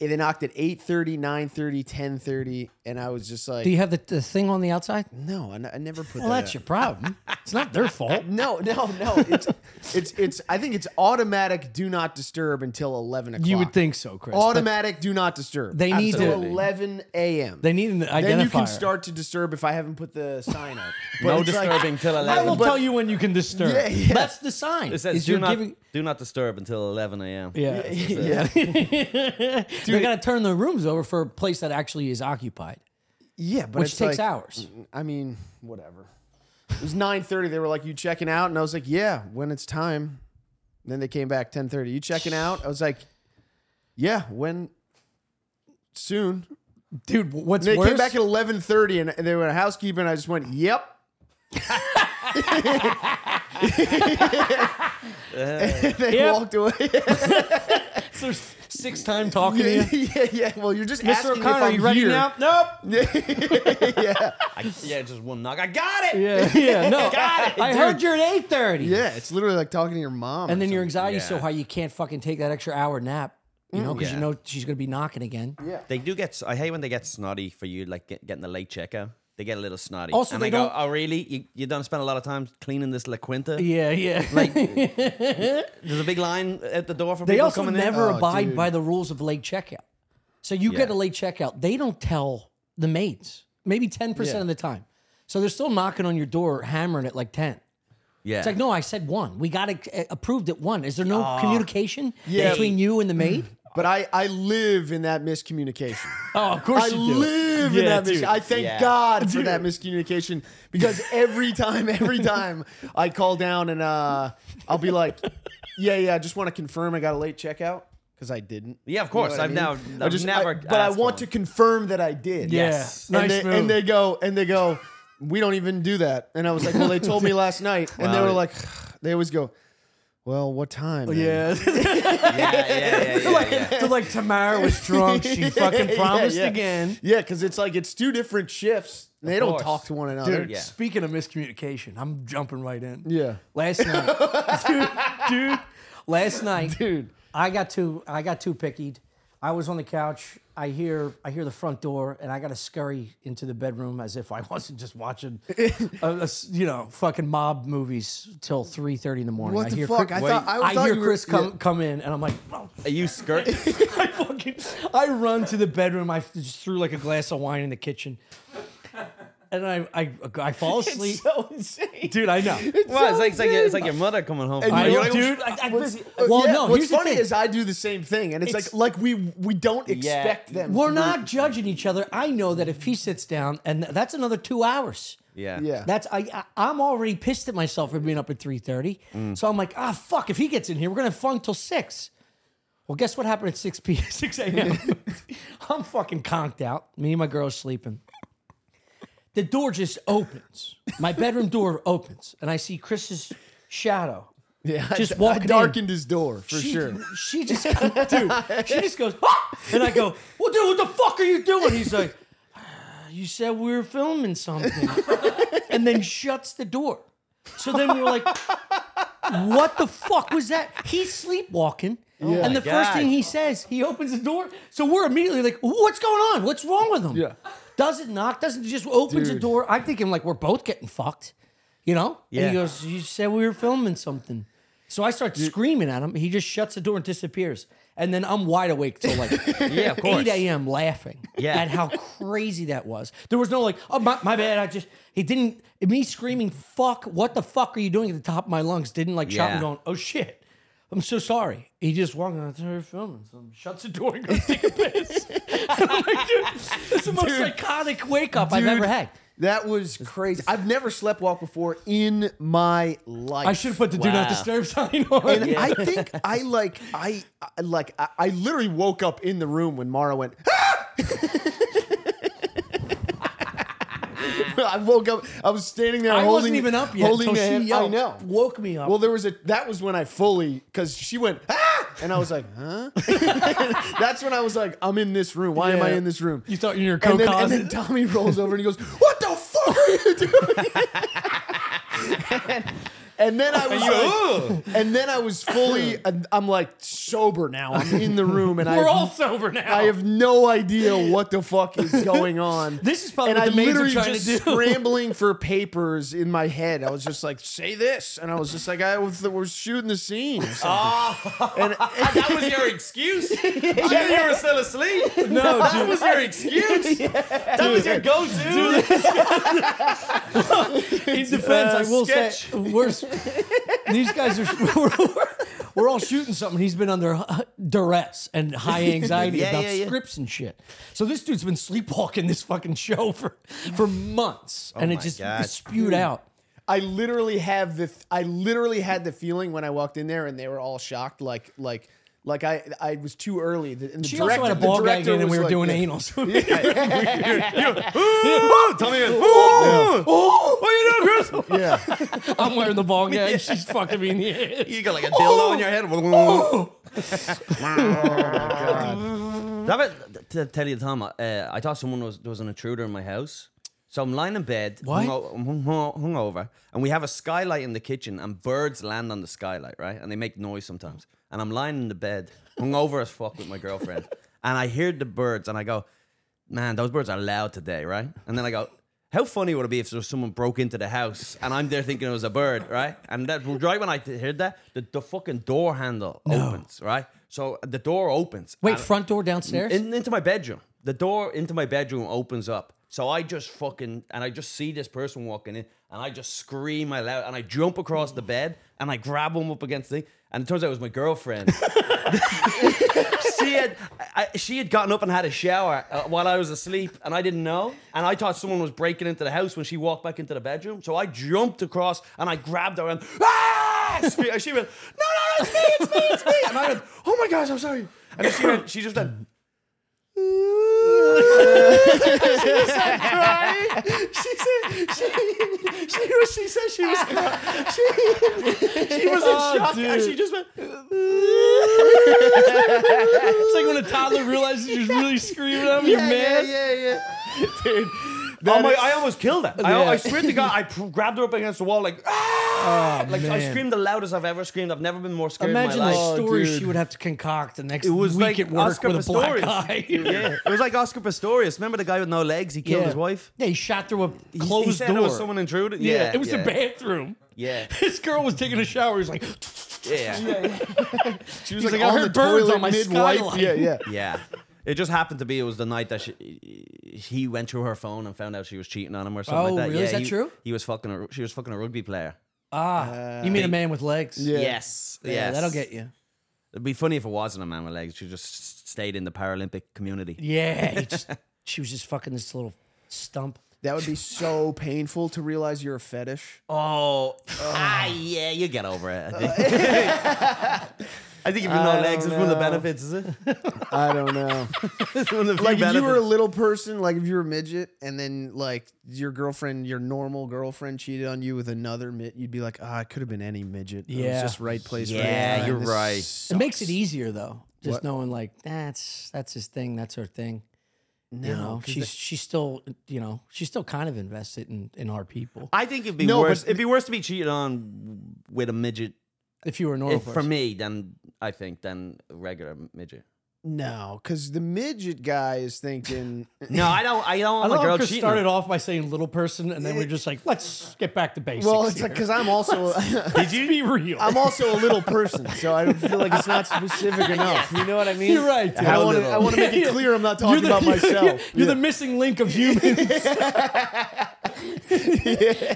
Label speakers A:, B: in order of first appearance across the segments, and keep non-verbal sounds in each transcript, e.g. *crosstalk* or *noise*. A: and they knocked at 8.30, 9.30, 10.30, and I was just like,
B: Do you have the, the thing on the outside?
A: no, I n- I never put
B: Well,
A: that.
B: that's
A: up."
B: your problem. It's not
A: *laughs*
B: their fault.
A: No, no,
B: *laughs*
A: no. It's, it's, it's. I think it's automatic. Do not disturb until eleven o'clock.
B: You would think so, Chris. but
A: automatic. Do not disturb.
B: They need
A: until
B: to-
A: eleven a.m.
B: They need an identifier.
A: Then you can start to disturb if I haven't put the sign
B: *laughs*
A: up. But
C: No
A: it's like- *laughs*
C: disturbing till
B: I will
C: 11.
B: tell you when you can disturb.
A: Yeah, yeah.
B: That's the sign.
C: It says
B: is
C: do
B: you're
C: not,
B: giving-
C: do not disturb until 11 a.m.
B: Yeah.
A: yeah,
B: *laughs* they got to turn the rooms over for a place that actually is occupied,
A: yeah, but
B: which
A: it's
B: takes
A: like-
B: hours.
A: I mean, whatever. It was nine thirty. They were like, "You checking out?" And I was like, "Yeah, when it's time." Then they came back ten thirty. You checking out? I was like, "Yeah, when." Soon.
B: Dude, what's
A: They
B: worse?
A: came back at eleven thirty, and they were a housekeeper, and I just went, "Yep." *laughs* they
B: Yep.
A: walked away.
B: There's six time talking to
A: yeah,
B: you.
A: *laughs* yeah, yeah. Well, you're just
B: Mr.
A: asking
B: O'Connor,
A: if I'm
B: you ready
A: here.
B: now? Nope.
C: I, yeah, just one knock. I got it.
B: Yeah, *laughs*
A: *laughs*
B: yeah, no.
C: Got it,
B: I heard you're at eight thirty.
A: Yeah, it's literally like talking to your mom.
B: And
A: or
B: then your
A: something.
B: anxiety's so
C: Yeah.
B: high you can't fucking take that extra hour nap. You know, because you
C: Yeah.
B: know she's gonna be knocking again.
C: They do get. I hate when they get snotty for you, like get, getting the late checkout. They get a little snotty.
B: Also,
C: and
B: they
C: I go,
B: don't-
C: "Oh, really? You, you don't spend a lot of time cleaning this La Quinta?
B: Yeah, *laughs* yeah.
C: There's a big line at the door for
B: they
C: people
B: also
C: coming
B: never
A: Oh,
B: abide
A: dude.
B: by the rules of late checkout. So you get a
C: Yeah.
B: late checkout, they don't tell the maids, maybe 10% of the time. So they're still knocking on your door, hammering at like 10.
C: in. Yeah,
B: It's like, no, I said one. We got it uh, approved at one. Is there no communication
A: Yeah.
B: between you and the maid?
A: But I, I live in that miscommunication.
B: *clears throat* oh, of course
A: I
B: you do.
A: live in
B: Yeah,
A: that miscommunication.
B: dude.
A: I thank
C: Yeah.
A: God for that miscommunication because every time,
C: *laughs*
A: every time I call down and uh, I'll be like, yeah, yeah, I just want to confirm I got a late checkout because I didn't.
C: Yeah, of course.
A: what I
C: I've
A: mean?
C: now-
A: I
C: I've
A: just
C: never
A: I- but I
C: asked
A: want
C: one.
A: to confirm that I did.
B: Yeah.
C: Yes.
B: Nice
A: and they,
B: move.
A: and they go and they go we don't even do that and i was like well they
C: *laughs*
A: told me last night and they
C: Wow.
A: were like they always go well what time then?"
B: *laughs* yeah.
C: yeah, yeah, yeah, yeah,
B: like,
C: yeah.
B: so like Tamara was drunk. *laughs* She
A: *laughs*
B: fucking
A: Yeah,
B: promised
A: yeah.
B: again.
A: yeah because it's like it's two different shifts they don't
C: course.
A: talk to one another
B: Dude,
C: Yeah.
B: speaking of miscommunication, I'm jumping right in.
A: yeah
B: Last night,
A: *laughs*
B: dude, dude, last night,
A: Dude.
B: I got too, I got too pickied. I was on the couch. I hear, I hear the front door, and I got to scurry into the bedroom as if I *laughs* wasn't
A: *laughs*
B: just watching, a, a s- you know, fucking mob movies till three thirty in the morning.
A: What
B: I
A: the
B: hear
A: fuck?
B: Chris-
A: I thought- I thought
B: hear
A: you were-
B: Chris come
A: yeah.
B: come in, and I'm like, "Oh,
C: Are you
B: *laughs*
C: skirt?
B: I fucking I run to the bedroom. I just threw like a glass of wine in the kitchen, and I I,
A: *laughs*
B: I fall asleep.
A: so insane
B: Dude, I know.
C: well, it's like it's like, your, it's like your mother coming home. from
B: I
C: work.
B: know, dude. I, I,
A: What's- uh,
B: well,
A: yeah,
B: no.
A: what's
B: Here's the
A: funny
B: thing.
A: is I do the same thing, and it's,
B: It's-
A: like like we we don't expect them.
B: We're
A: to be-
B: not judging each other. I know that if he sits down, and th- that's another two hours.
C: Yeah,
A: Yeah.
B: That's I. I I'm already pissed at myself for being up at three thirty. So I'm like, ah, fuck. If he gets in here, we're gonna have fun till six. Well, guess what happened at six p. *laughs* six a.m. I'm fucking conked out. Me and my girl are sleeping. The door just opens. My bedroom door opens, and I see Chris's shadow
A: Yeah,
B: just
A: I,
B: walking
A: I
B: in.
A: darkened his door for
B: she,
A: sure.
B: *laughs* She just, goes, dude, she just goes, ah! and I go, well, dude, what the fuck are you doing? He's like, "Ah, you said we were filming something, *laughs* and then shuts the door. So then we're like, what the fuck was that? He's sleepwalking. and the first
C: God.
B: thing he says, he opens the door. So we're immediately like, what's going on? What's wrong with him?
A: Yeah.
B: Doesn't knock, doesn't just opens the
A: Dude.
B: door. I'm thinking like we're both getting fucked. You know? And
C: Yeah.
B: he goes, You said we were filming something. So I start screaming at him. He just shuts the door and disappears. And then I'm wide awake till like
C: *laughs* yeah, of course.
B: 8 a.m. laughing
C: Yeah.
B: at how crazy that was. There was no like, oh, my, my bad. I just, he didn't, me screaming, fuck, what the fuck are you doing at the top of my lungs? Didn't like shot me
C: Yeah.
B: going, oh shit, I'm so sorry. He just walked out there filming, so shuts the door and goes, take a piss. *laughs* and I'm like, dude, that's the most psychotic wake up I've
A: Dude,
B: ever had.
A: That was crazy. I've never slept walk before in my life.
B: I should have put the do
C: Wow.
B: not disturb sign *laughs*
A: *laughs*
B: on.
A: And I think I like I, I like I, I literally woke up in the room when Mara went. "Ah!" *laughs* I woke up. I was standing there.
B: I
A: holding,
B: wasn't even up yet
A: Holding
B: until
A: the
B: she
A: hand-
B: yelled,
A: I know.
B: woke me up.
A: Well, there was a. That was when I fully because she went ah, and I was like, huh. *laughs* That's when I was like, I'm in this room. Why am I
B: Yeah.
A: in this room?
B: you thought you were
A: and then,
B: co-cause.
A: and then
B: *laughs*
A: Tommy rolls over and he goes, "What the fuck are you doing?" *laughs* And then I was
C: you- *laughs*
A: like, and then I was
B: *laughs*
A: fully. I'm like sober now. I'm in the room, and
B: We're
A: I
B: all sober now.
A: *laughs* I have no idea what the fuck is
B: *laughs*
A: going on.
B: This is probably
A: and
B: what
A: I
B: the maids are
A: literally
B: trying to
A: just
B: do. *laughs*
A: scrambling for papers in my head. I was just like, "Say this," and I was just like, "I was we're shooting the scene." Or
B: Uh,
A: something.
C: Ah, that was your
B: *laughs*
C: excuse. I knew you were still asleep.
B: no,
C: *laughs* That was your excuse. That was your go-to.
B: in defense,
C: uh,
B: I will
C: sketch.
B: say we're s- these guys are *laughs* we're, we're all shooting something. He's been under uh, duress and
C: *laughs*
B: high anxiety
C: Yeah,
B: about
C: yeah, yeah.
B: scripts and shit. So this dude's been sleepwalking this fucking show for for months, and it
C: Oh my
B: just
C: God.
B: it spewed out.
A: I literally have the. I literally had the feeling when I walked in there, and they were all shocked. Like, like, like I, I was too early. The, and the
B: She
A: director,
B: also had a
A: the
B: ball gag
A: director
B: in, and
A: was
B: we were
A: like, *laughs*
B: doing
A: yeah.
B: anal. So *laughs*
C: *laughs*
B: we-
C: Tell me. Oh, what are *laughs* you doing,
A: Yeah,
C: Chris?
B: I'm wearing the ball gag. She's fucking me in the ass.
C: *laughs* You got like a dildo in your head.
B: Mm-hmm.
C: That- to tell you, Tom, uh, I thought someone was there was an intruder in my house. So I'm lying in bed,
B: What?
C: hungo- I'm hung, hung, hungover, and we have a skylight in the kitchen, and birds land on the skylight, right? And they make noise sometimes. And I'm lying in the bed, hungover as fuck with my
B: *laughs*
C: girlfriend, and I hear the birds, and I go, "Man, those birds are loud today, right?" And then I go. How funny would it be if there was someone broke into the house and I'm there thinking it was a bird, right? And that right when I heard that, the, the fucking door handle opens, right? So the door opens.
B: Wait,
C: and-
B: front door downstairs.
C: in, into my bedroom. The door into my bedroom opens up. So I just fucking and I just see this person walking in and I just scream out loud and I jump across the bed and I grab him up against the and it turns out it was my girlfriend. *laughs* she had I, she had gotten up and had a shower uh, while I was asleep and I didn't know and I thought someone was breaking into the house when she walked back into the bedroom. So I jumped across and I grabbed her and ah! Scre- and she went no no no it's me it's me it's me and I went oh my gosh I'm sorry and then she went she just went she said she, she was she said she was she, she was in
B: Oh,
C: shock and she just went
B: it's like when a toddler realizes you're
C: *laughs*
B: really screaming at him. You're mad.
C: yeah yeah
A: dude.
C: oh
A: that
C: my
A: is-
C: I almost killed her I,
B: Yeah.
C: I swear to god I pr- grabbed her up against the wall like ah! like I
B: Oh, man.
C: screamed the loudest I've ever screamed I've never been more scared
B: Imagine
C: in my
B: the
C: life
A: Oh,
B: story
A: dude.
B: she would have to concoct the next
C: It was
B: week
C: like
B: at work
C: Oscar
B: with a black
C: Pistorius.
B: eye.
C: *laughs* yeah it was like Oscar Pistorius remember the guy with no legs he killed
B: Yeah.
C: his wife
B: Yeah, he shot through a
C: He-
B: closed
C: he said
B: door.
C: it was someone intruded
B: yeah,
C: yeah,
B: it was
C: yeah.
B: the bathroom.
C: yeah
B: *laughs* This girl was taking a shower. He's like, *laughs*
C: yeah
A: She was
B: He's
A: like,
B: like, I
A: on
B: heard
A: the
B: birds
A: toilet
B: on my
A: mid-wipe.
B: skylight.
A: Yeah, yeah.
C: Yeah. It just happened to be it was the night that she, he went through her phone and found out she was cheating on him or something
B: Oh,
C: like that.
B: really?
C: Yeah,
B: Is that
C: he,
B: true?
C: He was fucking a, she was fucking a rugby player.
B: *laughs* ah, you mean a man with legs?
A: Yeah.
C: Yes.
B: Yeah,
C: yes.
B: that'll get you.
C: It'd be funny if it wasn't a man with legs. She just s- stayed in the Paralympic community.
B: Yeah, *laughs* he just, she was just fucking this little stump.
A: That would be so painful to realize you're a fetish.
C: Oh, ah, yeah, you get over *laughs* it. I think, I think if you know
A: I
C: legs,
A: don't
C: it's one of the
A: know.
C: benefits, is it? *laughs*
A: I don't *laughs* know.
C: It's one of the few
A: like if you were a
C: benefits.
A: little person, like if you were a midget, and then like your girlfriend, your normal girlfriend, cheated on you with another midget, you'd be like, ah, it could have been any midget. It was
B: Yeah.
A: just right place. right
C: Yeah,
A: time.
C: you're
A: This
C: right. It
A: sucks."
B: It makes it easier though, just
A: What?
B: knowing like that's that's his thing, that's her thing. No, you know,
A: 'cause
B: she's she's still you know she's still kind of invested in in our people.
C: I think it'd be
A: No,
C: worse.
A: but-
C: it'd be worse to be cheated on with a midget
B: If you were a normal
C: if,
B: person,
C: for me than I think than a regular midget.
A: No, because the midget guy is *laughs* thinking.
C: No, I don't. I don't
B: I
C: want
B: love
C: a girl
B: how Chris
C: cheating. *laughs*
B: started off by saying little person, and then we're just like, let's get back to basics.
A: well, it's like because I'm *laughs* also
B: *laughs* did you be real?
A: I'm also a little person, so I don't feel like it's not *laughs* specific enough. You know what I mean?
B: You're right,
A: And
B: dude.
A: I
C: How
A: want to
C: little.
A: I want to make *laughs* it clear I'm not talking
C: *laughs*
A: about myself.
B: *laughs* You're, you're
A: Yeah.
B: the missing link
A: *laughs*
B: of humans. *laughs*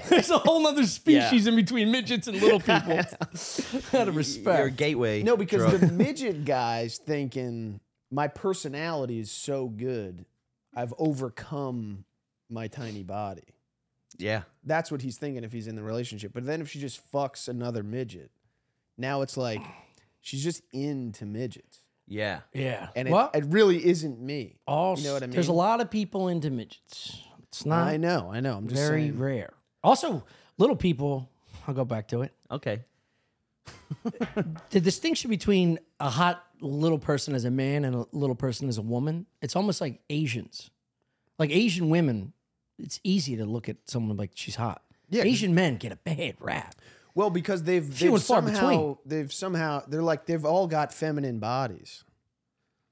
B: There's a whole other species in between midgets and
A: *laughs*
B: little people. *laughs* Out of
C: Your
B: respect.
C: gateway.
A: No, because
C: drug.
A: the midget guy's thinking my personality is so good, I've overcome my tiny body.
C: yeah,
A: That's what he's thinking if he's in the relationship. But then if she just fucks another midget, now it's like she's just into midgets,
C: yeah.
B: Yeah.
A: and it,
B: well,
A: it really isn't me.
B: all,
A: you know what I
B: There's a
A: mean?
B: lot of people into midgets. It's not
A: I know, I know. I'm just
B: very
A: saying.
B: rare. Also, little people, I'll go back to it.
C: Okay.
B: the distinction between a hot little person as a man and a little person as a woman, it's almost like Asians. Like Asian women, it's easy to look at someone like she's hot.
A: Yeah, 'cause-
B: Asian men get a bad rap.
A: Well, because they've,
B: Few
A: they've
B: and far
A: somehow
B: between.
A: they've somehow they're like they've all got feminine bodies.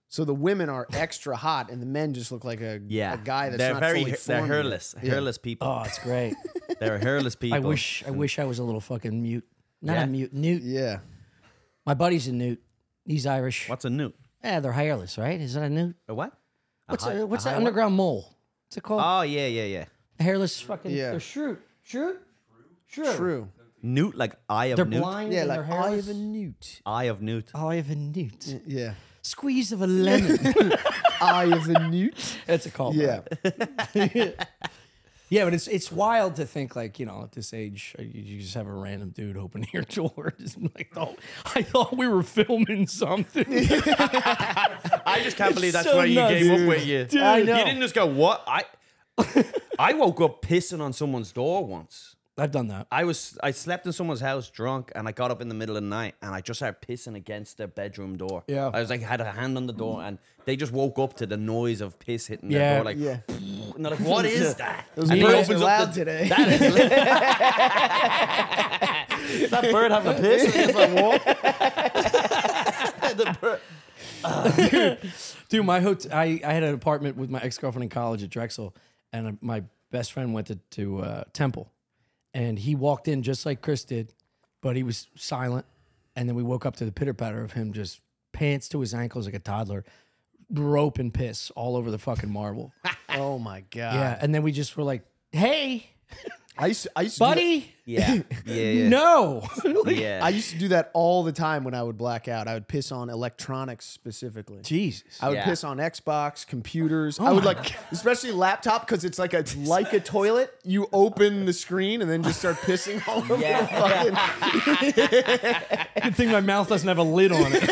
A: So the women are extra hot, and the men just look like a,
C: Yeah,
A: a guy that's
C: they're
A: not
C: very
A: fully
C: they're
A: formed yet.
C: hairless, hairless people.
B: Oh,
A: *laughs*
B: it's great.
C: They're hairless people.
B: I wish I wish I was a little fucking mute. Not
C: Yeah?
B: a mute. Newt.
A: Yeah,
B: My buddy's a newt. He's Irish.
C: What's a newt?
B: Yeah, they're hairless, right? Is that a newt?
C: A what? A
B: What's
C: hi-
B: a, what's
C: a
B: that
C: hi-
B: underground mole? What's it called?
C: Oh yeah, yeah, yeah.
B: hairless fucking.
A: Yeah.
B: They're shrewd. Shrewd. Shrewd.
A: true.
C: Newt like eye of
B: They're
C: newt.
B: blind. Oh.
A: Yeah,
B: and
A: like
B: they're hairless.
A: Ivan Newt.
C: Eye of newt.
B: Eye of a newt.
A: Yeah,
B: Squeeze of
A: *laughs*
B: a lemon.
A: Ivan Newt.
B: That's a call.
A: Yeah,
B: Yeah, but it's it's wild to think like you know at this age uh, you, you just have a random dude open *laughs* your door. Just like oh, I thought we were filming something.
A: *laughs*
C: I just can't believe that's
B: so
C: where you
B: nuts.
C: gave up with you.
A: I know.
C: You didn't just go what I. I woke up pissing on someone's door once.
B: I've done that.
C: I was I slept in someone's house drunk and I got up in the middle of the night and I just started pissing against their bedroom door.
B: Yeah.
C: I was like had a hand on the door and they just woke up to the noise of piss hitting
B: Yeah.
C: their door like
B: *laughs*
A: yeah.
C: and they're like, what *laughs* is that?
A: Those
C: And he
A: birds
C: opens
A: are
C: up
A: loud
C: the-
A: today.
C: That is *laughs* Is that bird having a *laughs* piss? It's like, what? the bird.
B: Dude, my hotel. I, I had an apartment with my ex girlfriend in college at Drexel, and uh, my best friend went to to uh, Temple, and he walked in just like Chris did, but he was silent, and then we woke up to the pitter patter of him just pants to his ankles like a toddler, rope and piss all over the fucking marble.
C: Ah.
A: Oh my god.
B: yeah, and then we just were like, "Hey,
A: I used to, I used to do that-
B: buddy,
C: Yeah. Yeah. Yeah.
B: no." *laughs* Like,
C: *laughs* yeah.
A: I used to do that all the time when I would black out. I would piss on electronics specifically.
B: Jesus.
A: I would
C: Yeah.
A: piss on Xbox, computers. I would like, especially laptop, because it's like a like a toilet. You open the screen and then just start pissing all over the fucking.
B: Good thing my mouth doesn't have a lid on it.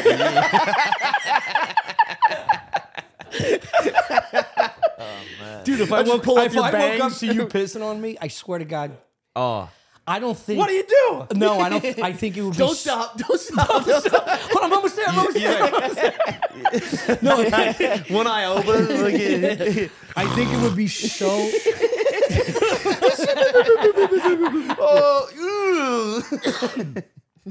B: Dude, if I,
A: just
B: woke,
A: pull up
B: if
A: your
B: I woke up
A: bangs.
B: to you pissing on me, I swear to God,
C: oh.
B: I don't think.
C: What do you do?
B: *laughs* No, I don't. I think it would be.
A: Don't
B: s-
A: stop! *laughs* Don't stop! Don't stop.
B: Hold on, I'm almost there. I'm almost there. *laughs* No, I,
C: One eye open. *laughs* Like,
B: I think it would be so.
C: oh, ew.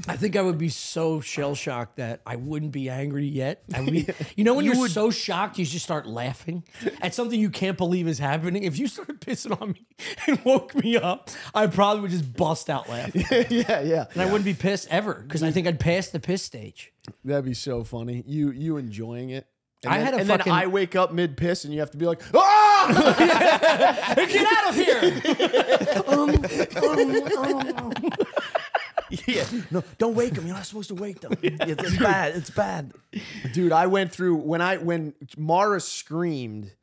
B: I think I would be so shell shocked that I wouldn't be angry yet. I would *laughs* be, you know, when you are so shocked, you just start laughing at something you can't believe is happening. If you started pissing on me *laughs* and woke me up, I probably would just bust out laughing.
A: yeah, yeah.
B: And I wouldn't be pissed ever because I think I'd pass the piss stage.
A: That'd be so funny. You you enjoying it? And
B: I
A: then,
B: had a
A: and
B: fucking-
A: then I wake up mid piss and you have to be like, ah!
B: Get out of *laughs* here!
C: *laughs*
B: Um,
C: Yeah. No, don't wake them. You're not supposed to wake *laughs* them. It's, it's bad. It's bad.
A: dude i went through when i when mara screamed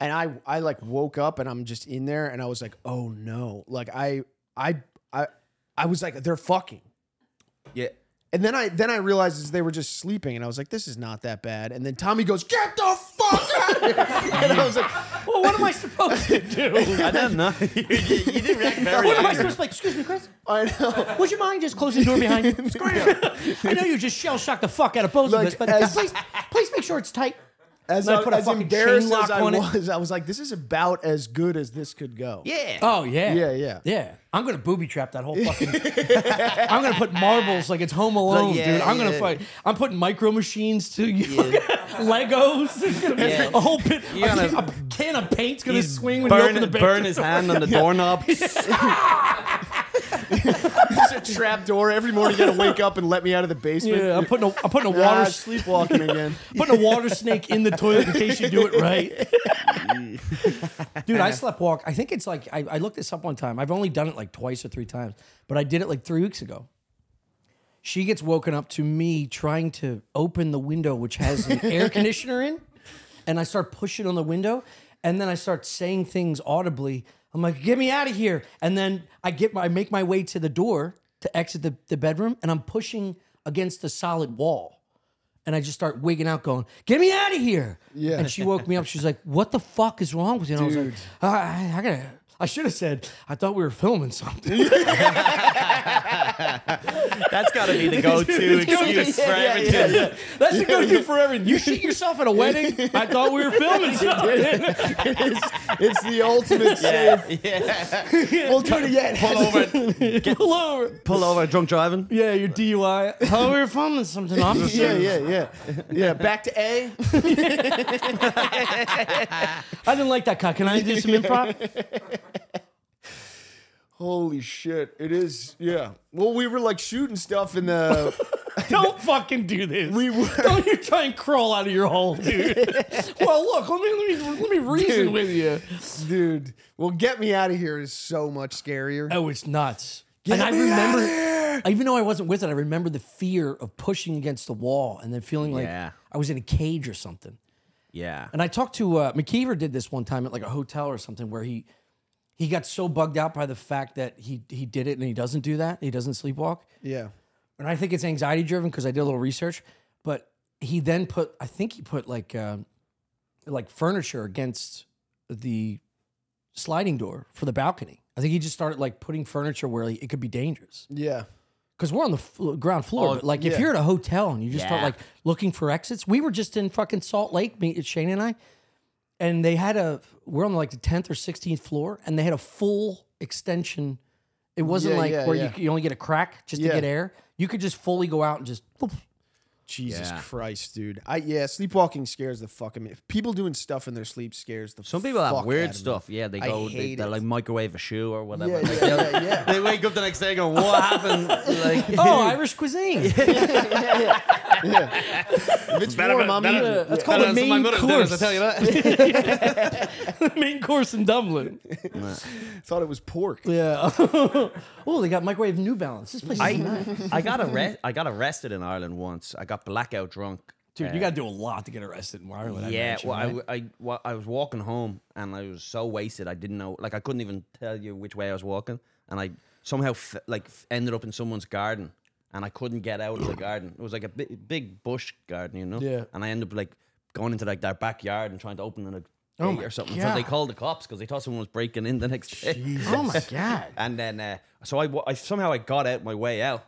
A: and i i like woke up and i'm just in there and i was like oh no like i i i, I was like they're fucking
C: Yeah.
A: and then I then I realized is they were just sleeping, and I was like, "This is not that bad." And then Tommy goes, "Get the fuck out!" Of here! *laughs* And I was like,
B: well, what am I supposed to do?
C: I don't know. *laughs* you, you- you didn't react very
B: What am I
C: angry.
B: supposed to like? Excuse me, Chris.
A: "I know."
B: Would you mind just closing the door behind *laughs* you? I know you just shell shocked the fuck out of both
A: Like,
B: of us, but
A: as-
B: please, please make sure it's tight.
A: As,
B: And I
A: I,
B: put a
A: as
B: fucking
A: embarrassed
B: chain lock
A: as I
B: on it.
A: was, I was like, "This is about as good as this could go."
C: Yeah.
B: Oh yeah,
A: Yeah, yeah.
B: yeah. I'm gonna booby trap that whole fucking. *laughs* I'm gonna put marbles like it's Home Alone,
C: yeah,
B: dude. I'm gonna
C: yeah.
B: fight. I'm putting micro machines to you. *laughs* Legos. It's gonna be
C: *laughs* Yeah.
B: *laughs* a whole pit.
C: You're
B: a,
C: gonna-
B: can, a can of paint's gonna
C: He's
B: swing when
C: burn,
B: you open the bathroom
C: burn his
B: door.
C: hand on *laughs* the doorknob.
A: *laughs* It's a trap door. Every morning, you gotta wake up and let me out of the basement.
B: *laughs* Yeah, I'm putting a I'm
C: *laughs*
B: putting a
A: Ah,
B: water snake *laughs*
A: sleepwalking again.
B: putting a water snake in the toilet in case you do it
C: *laughs*
B: right. Dude, I slept walk. I think it's like I, I looked this up one time. I've only done it like twice or three times, but I did it like three weeks ago. She gets woken up to me trying to open the window, which has an
A: *laughs*
B: air conditioner in, and I start pushing on the window, and then I start saying things audibly. I'm like, "Get me out of here!" And then I get my, I make my way to the door to exit the, the bedroom, and I'm pushing against the solid wall and I just start wigging out, going, "Get me out of here!"
A: Yeah.
B: And she woke me up. She's like, "What the fuck is wrong with you?" And I was like,
A: Dude.
B: "Ah, "I, I gotta, I should have said, I thought we were filming something.
C: That's got to be *laughs* the go-to excuse for everything.
B: That's the go-to for everything. You shoot yourself at a *laughs* wedding. I thought we were *laughs* filming something.
A: It's the ultimate safe. We'll do it again.
C: Pull over,
B: Pull over.
C: pull *laughs* over, drunk driving.
B: Yeah, your DUI. Oh, we were filming something, officer.
A: *laughs* Yeah, yeah, yeah, yeah. Back to A.
B: I didn't like that cut. Can I do *laughs* some improv?
A: Holy shit! It is. Yeah. Well, we were like shooting stuff in the.
B: Don't fucking do this.
A: We were-
B: *laughs* Don't you try and crawl out of your hole, *laughs* dude. well, look, let me let me let me reason
A: Dude.
B: with you.
A: Dude, well, get me out of here is so much scarier.
B: Oh, it's nuts.
A: Get
B: and I
A: me
B: remember,
A: outta here!
B: even though I wasn't with it, I remember the fear of pushing against the wall and then feeling like
C: Yeah.
B: I was in a cage or something.
C: Yeah.
B: And I talked to uh, McKeever did this one time at like a hotel or something where he he got so bugged out by the fact that he he did it and he doesn't do that. He doesn't sleepwalk.
A: Yeah.
B: and I think it's anxiety driven because I did a little research. But he then put, I think he put like, um, like furniture against the sliding door for the balcony. I think he just started like putting furniture where like, it could be dangerous
A: Yeah.
B: because we're on the f- ground floor. but like if
A: yeah.
B: you're at a hotel and you just start
C: Yeah.
B: like looking for exits, we were just in fucking Salt Lake, me, Shane and I, and they had a we're on like the tenth or sixteenth floor, and they had a full extension. It wasn't
A: Yeah,
B: like
A: yeah,
B: where
A: yeah.
B: You, you only get a crack just
A: Yeah.
B: to get air. You could just fully go out and just. boop.
A: Jesus
C: Yeah.
A: Christ, dude. I yeah, sleepwalking scares the fuck out of me. If people doing stuff in their sleep scares the
C: Some people have
A: fuck out of
C: weird
A: me.
C: stuff. Yeah, they
A: I
C: go, they,
A: hate
C: they
A: it.
C: like microwave a shoe or whatever.
A: Yeah,
C: Like,
A: yeah, yeah,
C: *laughs*
A: yeah.
C: They wake up the next day going, *laughs* "What happened?" Like, *laughs*
B: Oh, Irish cuisine.
A: If it's warm, I'm eating it.
B: That's called a
C: That's what my
B: main
C: mother
B: course.
C: did, I tell you that.
B: *laughs* main course in Dublin.
A: Thought it was pork.
B: *laughs* Yeah. oh, they got microwave New Balance. This place is nice.
C: *laughs* I, I got arrested. I got arrested in Ireland once. I got blackout drunk.
B: Dude, you got to do a lot to get arrested in Ireland. I
C: Yeah,
B: imagine,
C: well, I,
B: right?
C: w- I, wa- I was walking home and I was so wasted. I didn't know, like, I couldn't even tell you which way I was walking. And I somehow, f- like, f- ended up in someone's garden and I couldn't get out of the garden. It was like a bi- big bush garden, you know?
B: Yeah.
C: And I ended up, like, going into, like, their backyard and trying to open a
B: Oh
C: gate
B: my
C: or something. So they
B: God.
C: called the cops because they thought someone was breaking in the next day.
B: Oh
C: *laughs*
B: my god!
C: And then, uh, so I, wa- I somehow I got out my way out.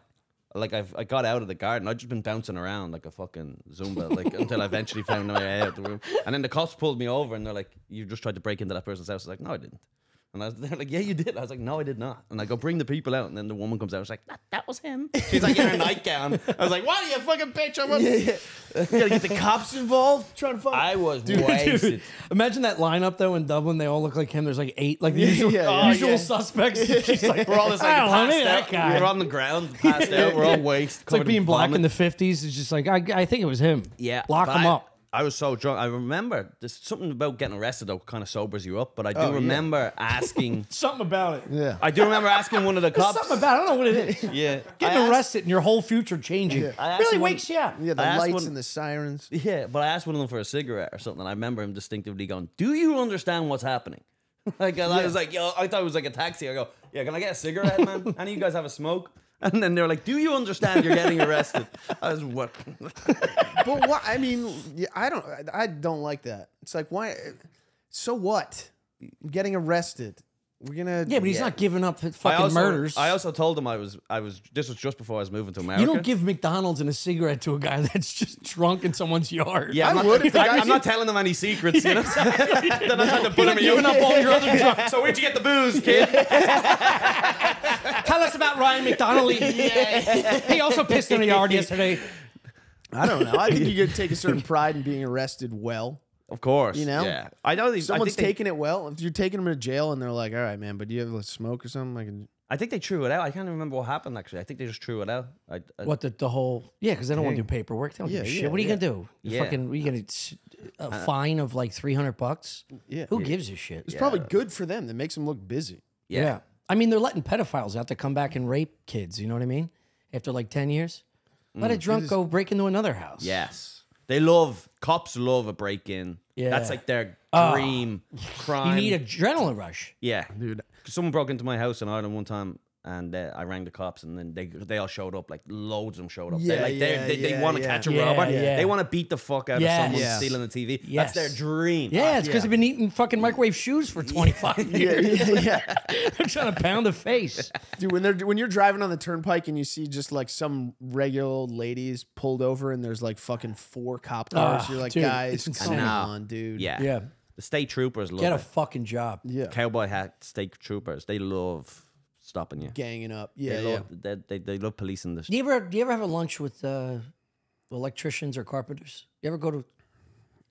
C: Like I've, I got out of the garden. I've just been bouncing around like a fucking Zumba, *laughs* like until I eventually found my way out the room. And then the cops pulled me over and they're like, "You just tried to break into that person's house." I was like, "No, I didn't." And I was, *laughs* they're like, "Yeah, you did." I was like, "No, I did not." And I go, "Bring the people out." And then the woman comes out. I was like, "That, that was him." *laughs* She's like in her nightgown. I was like, "What are you fucking bitch?" I was.
A: You gotta get the cops involved. Trying to find
C: I was
B: Dude,
C: wasted.
B: imagine that lineup though in Dublin. They all look like him. There's like eight, like the usual,
A: yeah, yeah.
B: usual
A: Oh, yeah.
C: *laughs*
B: suspects. She's like,
C: We're all just like
B: I don't know,
C: passed
B: maybe that
C: out.
B: guy.
C: We're on the ground, passed out. We're *laughs* all wasted.
B: it's like being black in the fifties. It's just like I, I think it was him.
C: Yeah,
B: lock
C: but
B: him
C: I-
B: up.
C: I was so drunk. I remember there's something about getting arrested though kind of sobers you up. But I do
B: Oh,
A: yeah.
B: *laughs*
C: remember asking.
B: Something about it.
A: Yeah.
C: I do remember asking one of the cops.
B: Something about. It. I don't know what it is.
C: *laughs* yeah,
B: Getting
C: I asked-
B: arrested and your whole future changing
C: I asked
B: really
C: someone-
B: wakes you up.
A: yeah, the
C: I asked
A: lights
C: one-
A: and the
C: *laughs*
A: sirens.
C: Yeah, but I asked one of them for a cigarette or something. I remember him distinctively going, "Do you understand what's happening?" *laughs* Like and I was like, "Yo," I thought it was like a taxi. I go, "Yeah, can I get a cigarette,
B: *laughs*
C: man? Any of you guys have a smoke?" And then they're like, "Do you understand? You're getting arrested." I was working.
A: but why? I mean, yeah, I don't. I don't like that. It's like why? So what? I'm getting arrested. We're gonna.
B: Yeah, but he's
A: Yeah.
B: not giving up for
C: I
B: fucking
C: also,
B: murders.
C: I also told them I was. I was. This was just before I was moving to America.
B: you don't give McDonald's and a cigarette to a guy *laughs* that's just drunk in someone's yard.
C: Yeah, I'm
A: I
C: not,
A: would if the
C: *laughs* I,
A: guy-
C: am not telling them any secrets. *laughs* You know, then I'm trying to *laughs* put them in
B: Giving up all your other drugs.
C: So where'd you get the booze, kid?
B: Tell us about Ryan McDonald.
A: *laughs*
B: He also pissed in a yard yesterday.
A: I don't know. I think
C: *laughs*
A: you could take a certain pride in being arrested well.
C: Of course.
A: You know?
C: Yeah. I know these. I
A: Someone's
C: think, they,
A: taking it well. If you're taking them to jail and they're like, "All right, man, but do you have a smoke or something?" I can.
C: I think they threw it out. I can't even remember what happened actually. I think they just threw it out. I, I,
B: What the, the whole? Yeah, because they don't want to do paperwork. They don't give a
A: Yeah,
B: shit.
A: yeah,
B: what are you
A: yeah. Uh,
B: gonna do? You
C: Yeah.
B: Fucking, what are you gonna s- a fine of like three hundred bucks?
A: Yeah.
B: Who gives a shit?
A: It's probably good for them. That makes them look busy.
C: Yeah.
B: I mean, they're letting pedophiles out to come back and rape kids. You know what I mean? After like ten years, let
A: Mm.
B: a drunk go break into another house.
C: Yes. They love cops. Love a break in.
B: Yeah. Oh.
C: That's like their dream crime.
B: You need adrenaline rush.
C: yeah, dude. Someone broke into my house in Ireland one time, And uh, I rang the cops, and then they they all showed up. Like loads of them showed up.
A: Yeah,
C: they like they're-
A: yeah,
C: they they
A: yeah,
C: want to
A: yeah.
C: catch a
B: Yeah,
C: robber.
B: yeah.
C: They want to beat the fuck out
B: Yes.
C: of someone
A: Yes.
C: stealing a TV.
B: Yes.
C: That's their dream. Ah,
B: Yeah, it's because
A: Uh, yeah.
B: they've been eating fucking microwave shoes for
A: *laughs* *laughs*
B: 25
A: Yeah,
B: years. *laughs*
A: yeah, yeah.
B: They're trying to pound a
A: *laughs*
B: face.
A: Dude, when they're when you're driving on the turnpike and you see just like some regular old ladies pulled over and there's like fucking four cop cars,
B: Ah,
A: you're like,
B: dude, it's
A: guys,
B: insane.
A: come on, dude.
C: Yeah.
B: Yeah.
C: The state troopers love
B: Get a
C: it.
B: fucking job.
A: yeah,
C: Cowboy hat state troopers. They love stopping you.
A: ganging up.
C: They
A: Yeah, yeah.
C: love they, they, they love policing this.
B: Do you ever do you ever have a lunch with uh, electricians or carpenters? You ever go to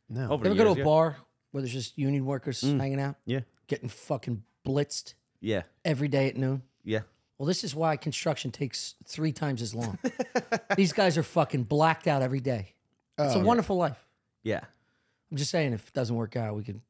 A: No,
C: Over
B: you ever
C: the
B: go
C: years, Mm.
B: to a bar where there's just union workers hanging out,
C: yeah.
B: getting fucking blitzed
C: yeah.
B: every day at noon?
C: Yeah.
B: Well, this is why construction takes three times as
C: *laughs*
B: long. These guys are fucking blacked out every day. It's
C: Oh,
B: a wonderful life.
C: Yeah.
B: I'm just saying, if it doesn't work out, we could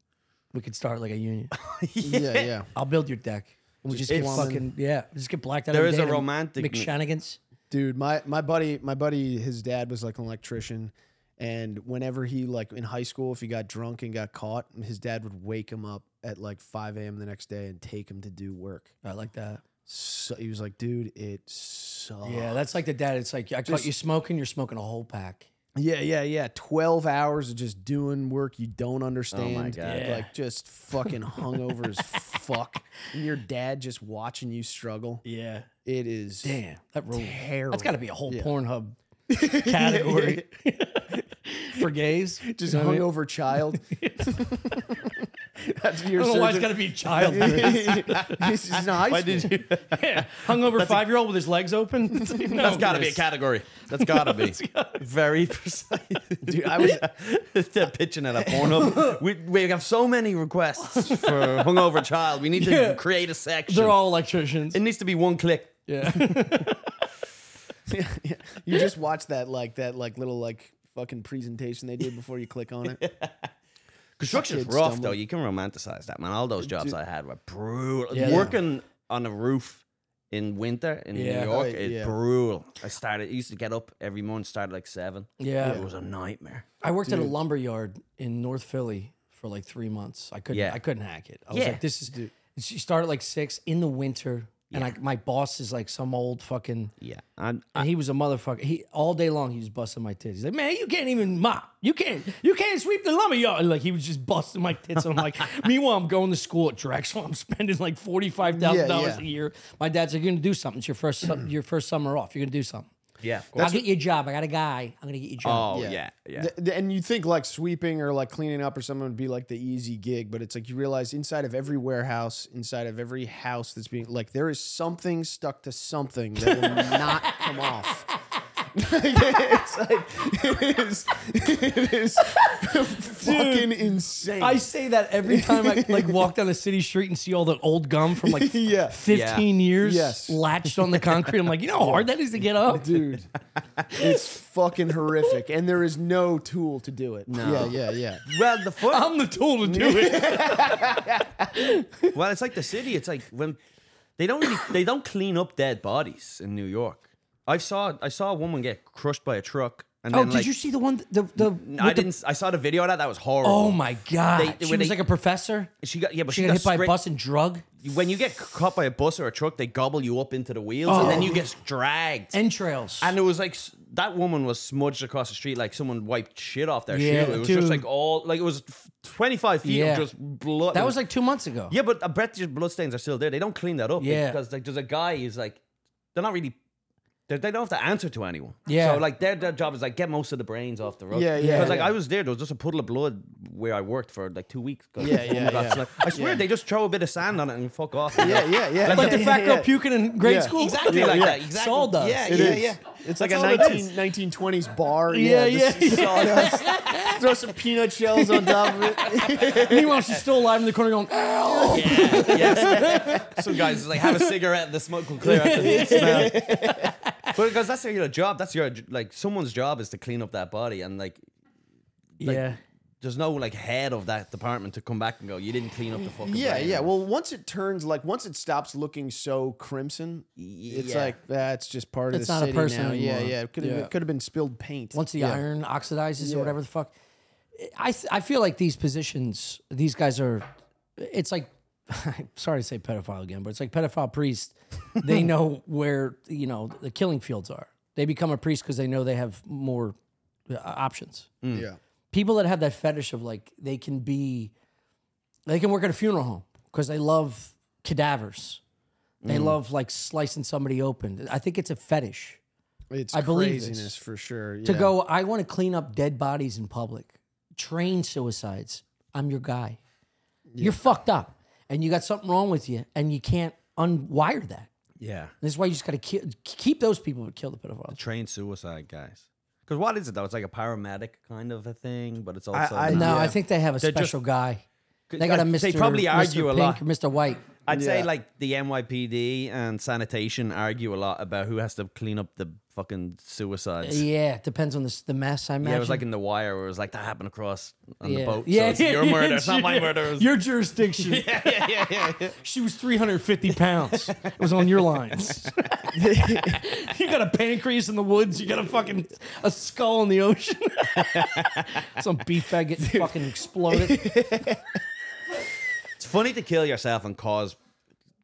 B: we could start like a
C: *laughs*
B: union.
A: yeah, yeah, yeah.
B: I'll build your deck. And we just,
A: It's-
B: get fucking yeah. we Just get blacked out.
C: There
B: every
C: is
B: day
C: a
B: to
C: romantic-
B: McShanigans.
A: Dude, my my buddy, my buddy, his dad was like an electrician, and whenever he like in high school, if he got drunk and got caught, his dad would wake him up at like 5 a.m. the next day and take him to do work.
B: I like that.
A: So he was like, dude, it sucks.
B: Yeah, that's like the dad. It's like I caught you smoking. You're smoking a whole pack.
A: Yeah, yeah, yeah. Twelve hours of just doing work you don't understand.
C: God.
B: Oh Yeah.
A: Like just fucking hungover
B: *laughs*
A: as fuck. And your dad just watching you struggle.
B: Yeah.
A: It is
B: Damn, that rules.
A: terrible.
B: That's got to be a whole *laughs* Pornhub category for gays.
A: just
B: You know what I mean?
A: hungover
B: *laughs*
A: child. *laughs* That's your
B: I don't know why it's got
A: surgeon.
B: to be child. *laughs*
A: He's
C: *laughs*
A: just in high school.
B: yeah, *laughs* hungover five year old with his legs *laughs* open. No,
C: That's got to be a
B: Chris.
C: *laughs* category. That's got to be very precise.
A: Dude, I was
C: They're pitching it at Pornhub. We, we have so many requests for hungover child. We need to
B: Yeah.
C: create a section.
B: They're all electricians.
C: it needs to be one click.
B: *laughs* yeah.
A: Yeah, yeah. you just watch that like that like little like fucking presentation they did before you click on it.
C: Construction's
A: Kids
C: rough
A: stumble.
C: though. You can romanticize that, man. All those jobs I had were brutal.
B: Yeah.
C: Working on a roof in winter in
B: Yeah.
C: New York
A: Oh,
C: is
A: yeah.
C: brutal. I started. Used to get up every morning. Started like seven.
B: Yeah.
C: it was a nightmare.
B: I worked at a lumber yard in North Philly for like three months. I couldn't.
C: Yeah.
B: I couldn't hack it. I was
C: Yeah.
B: like, this is. She started like six in the winter, and I, my boss is like some old fucking.
C: Yeah, and
B: And he was a motherfucker. He all day long he was busting my tits. He's like, man, you can't even mop. You can't. You can't sweep the lumber yard. And, Like he was just busting my tits. And I'm like, meanwhile I'm going to school at Drexel. *laughs* I'm spending like forty five thousand dollars
A: Yeah, yeah.
B: a year. My dad's like, you're gonna do something. It's your first sum- your first summer off. You're gonna do something.
C: yeah,
B: I'll get you a job. I got a guy. I'm gonna get you a job.
C: *laughs* oh yeah, yeah.
A: Th- th- and you think like sweeping or like cleaning up or something would be like the easy gig, but it's like you realize inside of every warehouse, inside of every house that's being like there is something stuck to something that
C: *laughs*
A: will not come off. *laughs* it's like it is, it is fucking insane.
B: I say that every time I like walk down a city street and see all that old gum from like
A: Yeah.
B: 15 years
A: Yes.
B: latched on the concrete. I'm like, you know how hard that is to get up?
A: Dude, it's fucking horrific, and there is no tool to do it. No. Yeah, yeah, yeah.
C: Well, the foot.
B: I'm the tool to do it.
C: well, it's like the city. It's like when they don't really they don't clean up dead bodies in New York. I saw I saw a woman get crushed by a truck. And
B: Oh,
C: then,
B: did
C: like,
B: you see the one? The, the,
C: I
B: with the-
C: didn't. I saw the video of that. That was horrible.
B: oh my God.
C: They-
B: she
C: when
B: was
C: they-
B: like a professor.
C: She got yeah, but
B: She
C: she,
B: got
C: got
B: hit by a
C: scraped-
B: bus and drug
C: When you get caught by a bus or a truck, they gobble you up into the wheels, and
B: Oh.
C: then you get dragged. And,
B: entrails.
C: it was like s- that woman was smudged across the street, like someone wiped shit off their
B: Yeah,
C: shoe. It was
B: dude.
C: just like all like it was twenty five feet
B: Yeah.
C: of just blood.
B: that was like two months ago.
C: yeah, but I bet your bloodstains are still there. They don't clean that up
B: Yeah.
C: because like there's a guy who's like they're not really. They're, they don't have to answer to anyone.
B: Yeah.
C: So like their, their job is like get most of the brains off the road.
A: Yeah, yeah,
C: Because like
A: yeah.
C: I was there, there was just a puddle of blood where I worked for like two weeks. 'cause
A: Yeah,
C: the woman *laughs*
A: yeah,
C: got
A: yeah.
C: sla- I swear they just throw a bit of sand on it and fuck off.
A: Yeah,
C: *laughs*
A: yeah, yeah.
B: Like the
A: Yeah,
B: fat
A: yeah,
B: girl
A: yeah.
B: puking in grade
A: Yeah.
B: school.
C: Exactly
B: Yeah.
C: like
A: yeah.
C: that. Exactly.
B: Sawdust.
C: Yeah,
A: It
C: yeah,
A: is.
C: yeah.
A: It's like
C: That's all
A: a
C: it is.
A: 19, 1920s bar.
B: Yeah,
A: just
B: yeah, yeah.
A: sawdust. Throw some peanut shells on top of it.
B: Meanwhile, she's still alive in the corner going, "Ah," "Ow."
A: *laughs*
C: Some guys is like have a cigarette, the smoke will clear out the smell. But because that's your job. That's your like someone's job is to clean up that body, and like
B: yeah.
C: there's no like head of that department to come back and go, you didn't clean up the
A: *laughs*
C: fucking.
A: Yeah,
C: brain."
A: yeah. Well, once it turns like once it stops looking so crimson, it's
C: Yeah.
A: like that's just part of
B: It's
A: the
B: not a
A: city
B: person
A: now. Yeah,
B: anymore.
A: yeah. It could have
B: Yeah.
A: could have been spilled paint.
B: once the
A: Yeah.
B: iron oxidizes
A: Yeah.
B: or whatever the fuck. I th- I feel like *laughs* these positions, these guys are. It's like sorry to say pedophile again, but it's like pedophile priest.
C: *laughs*
B: they know where you know the killing fields are. They become a priest because they know they have more uh, options.
A: Yeah.
B: People that have that fetish of like they can be, they can work at a funeral home because they love cadavers. They
C: Mm.
B: love like slicing somebody open. I think it's a fetish
A: It's
B: I believe
A: craziness
B: this.
A: for sure.
B: to go. I want to clean up dead bodies in public, train suicides. I'm your guy. You're fucked up, and you got something wrong with you, and you can't unwire that.
C: Yeah.
B: This is why you just got to ki- keep those people but kill the pedophiles.
C: Trained suicide guys. Because what is it though? It's like a paramedic kind kind of a thing, but it's also.
A: I-
C: not-
B: No,
A: Yeah.
B: uh, I think they have a
C: They're just-
B: special guy. They
C: I-
B: got a Mr.
C: they probably argue
B: Mr.
C: a
B: Pink
C: lot.
B: or Mr. White.
C: I'd say
A: Yeah.
C: like the NYPD and sanitation argue a lot about who has to clean up the fucking suicides. Yeah.
B: Yeah, it depends on the, s- the mess. I imagine.
C: it was like in The Wire where it was like that happened across on the boat.
B: Yeah,
C: Yeah, so it's your
B: *laughs* yeah,
C: murder, it's not my
B: yeah.
C: murder. It's-
B: Your jurisdiction.
C: *laughs*
B: She was 350 pounds. It was on your
C: *laughs*
B: lines. you got a pancreas in the woods. You got a fucking a skull in the ocean. *laughs* Some beef bag getting fucking exploded.
C: It's funny to kill yourself and cause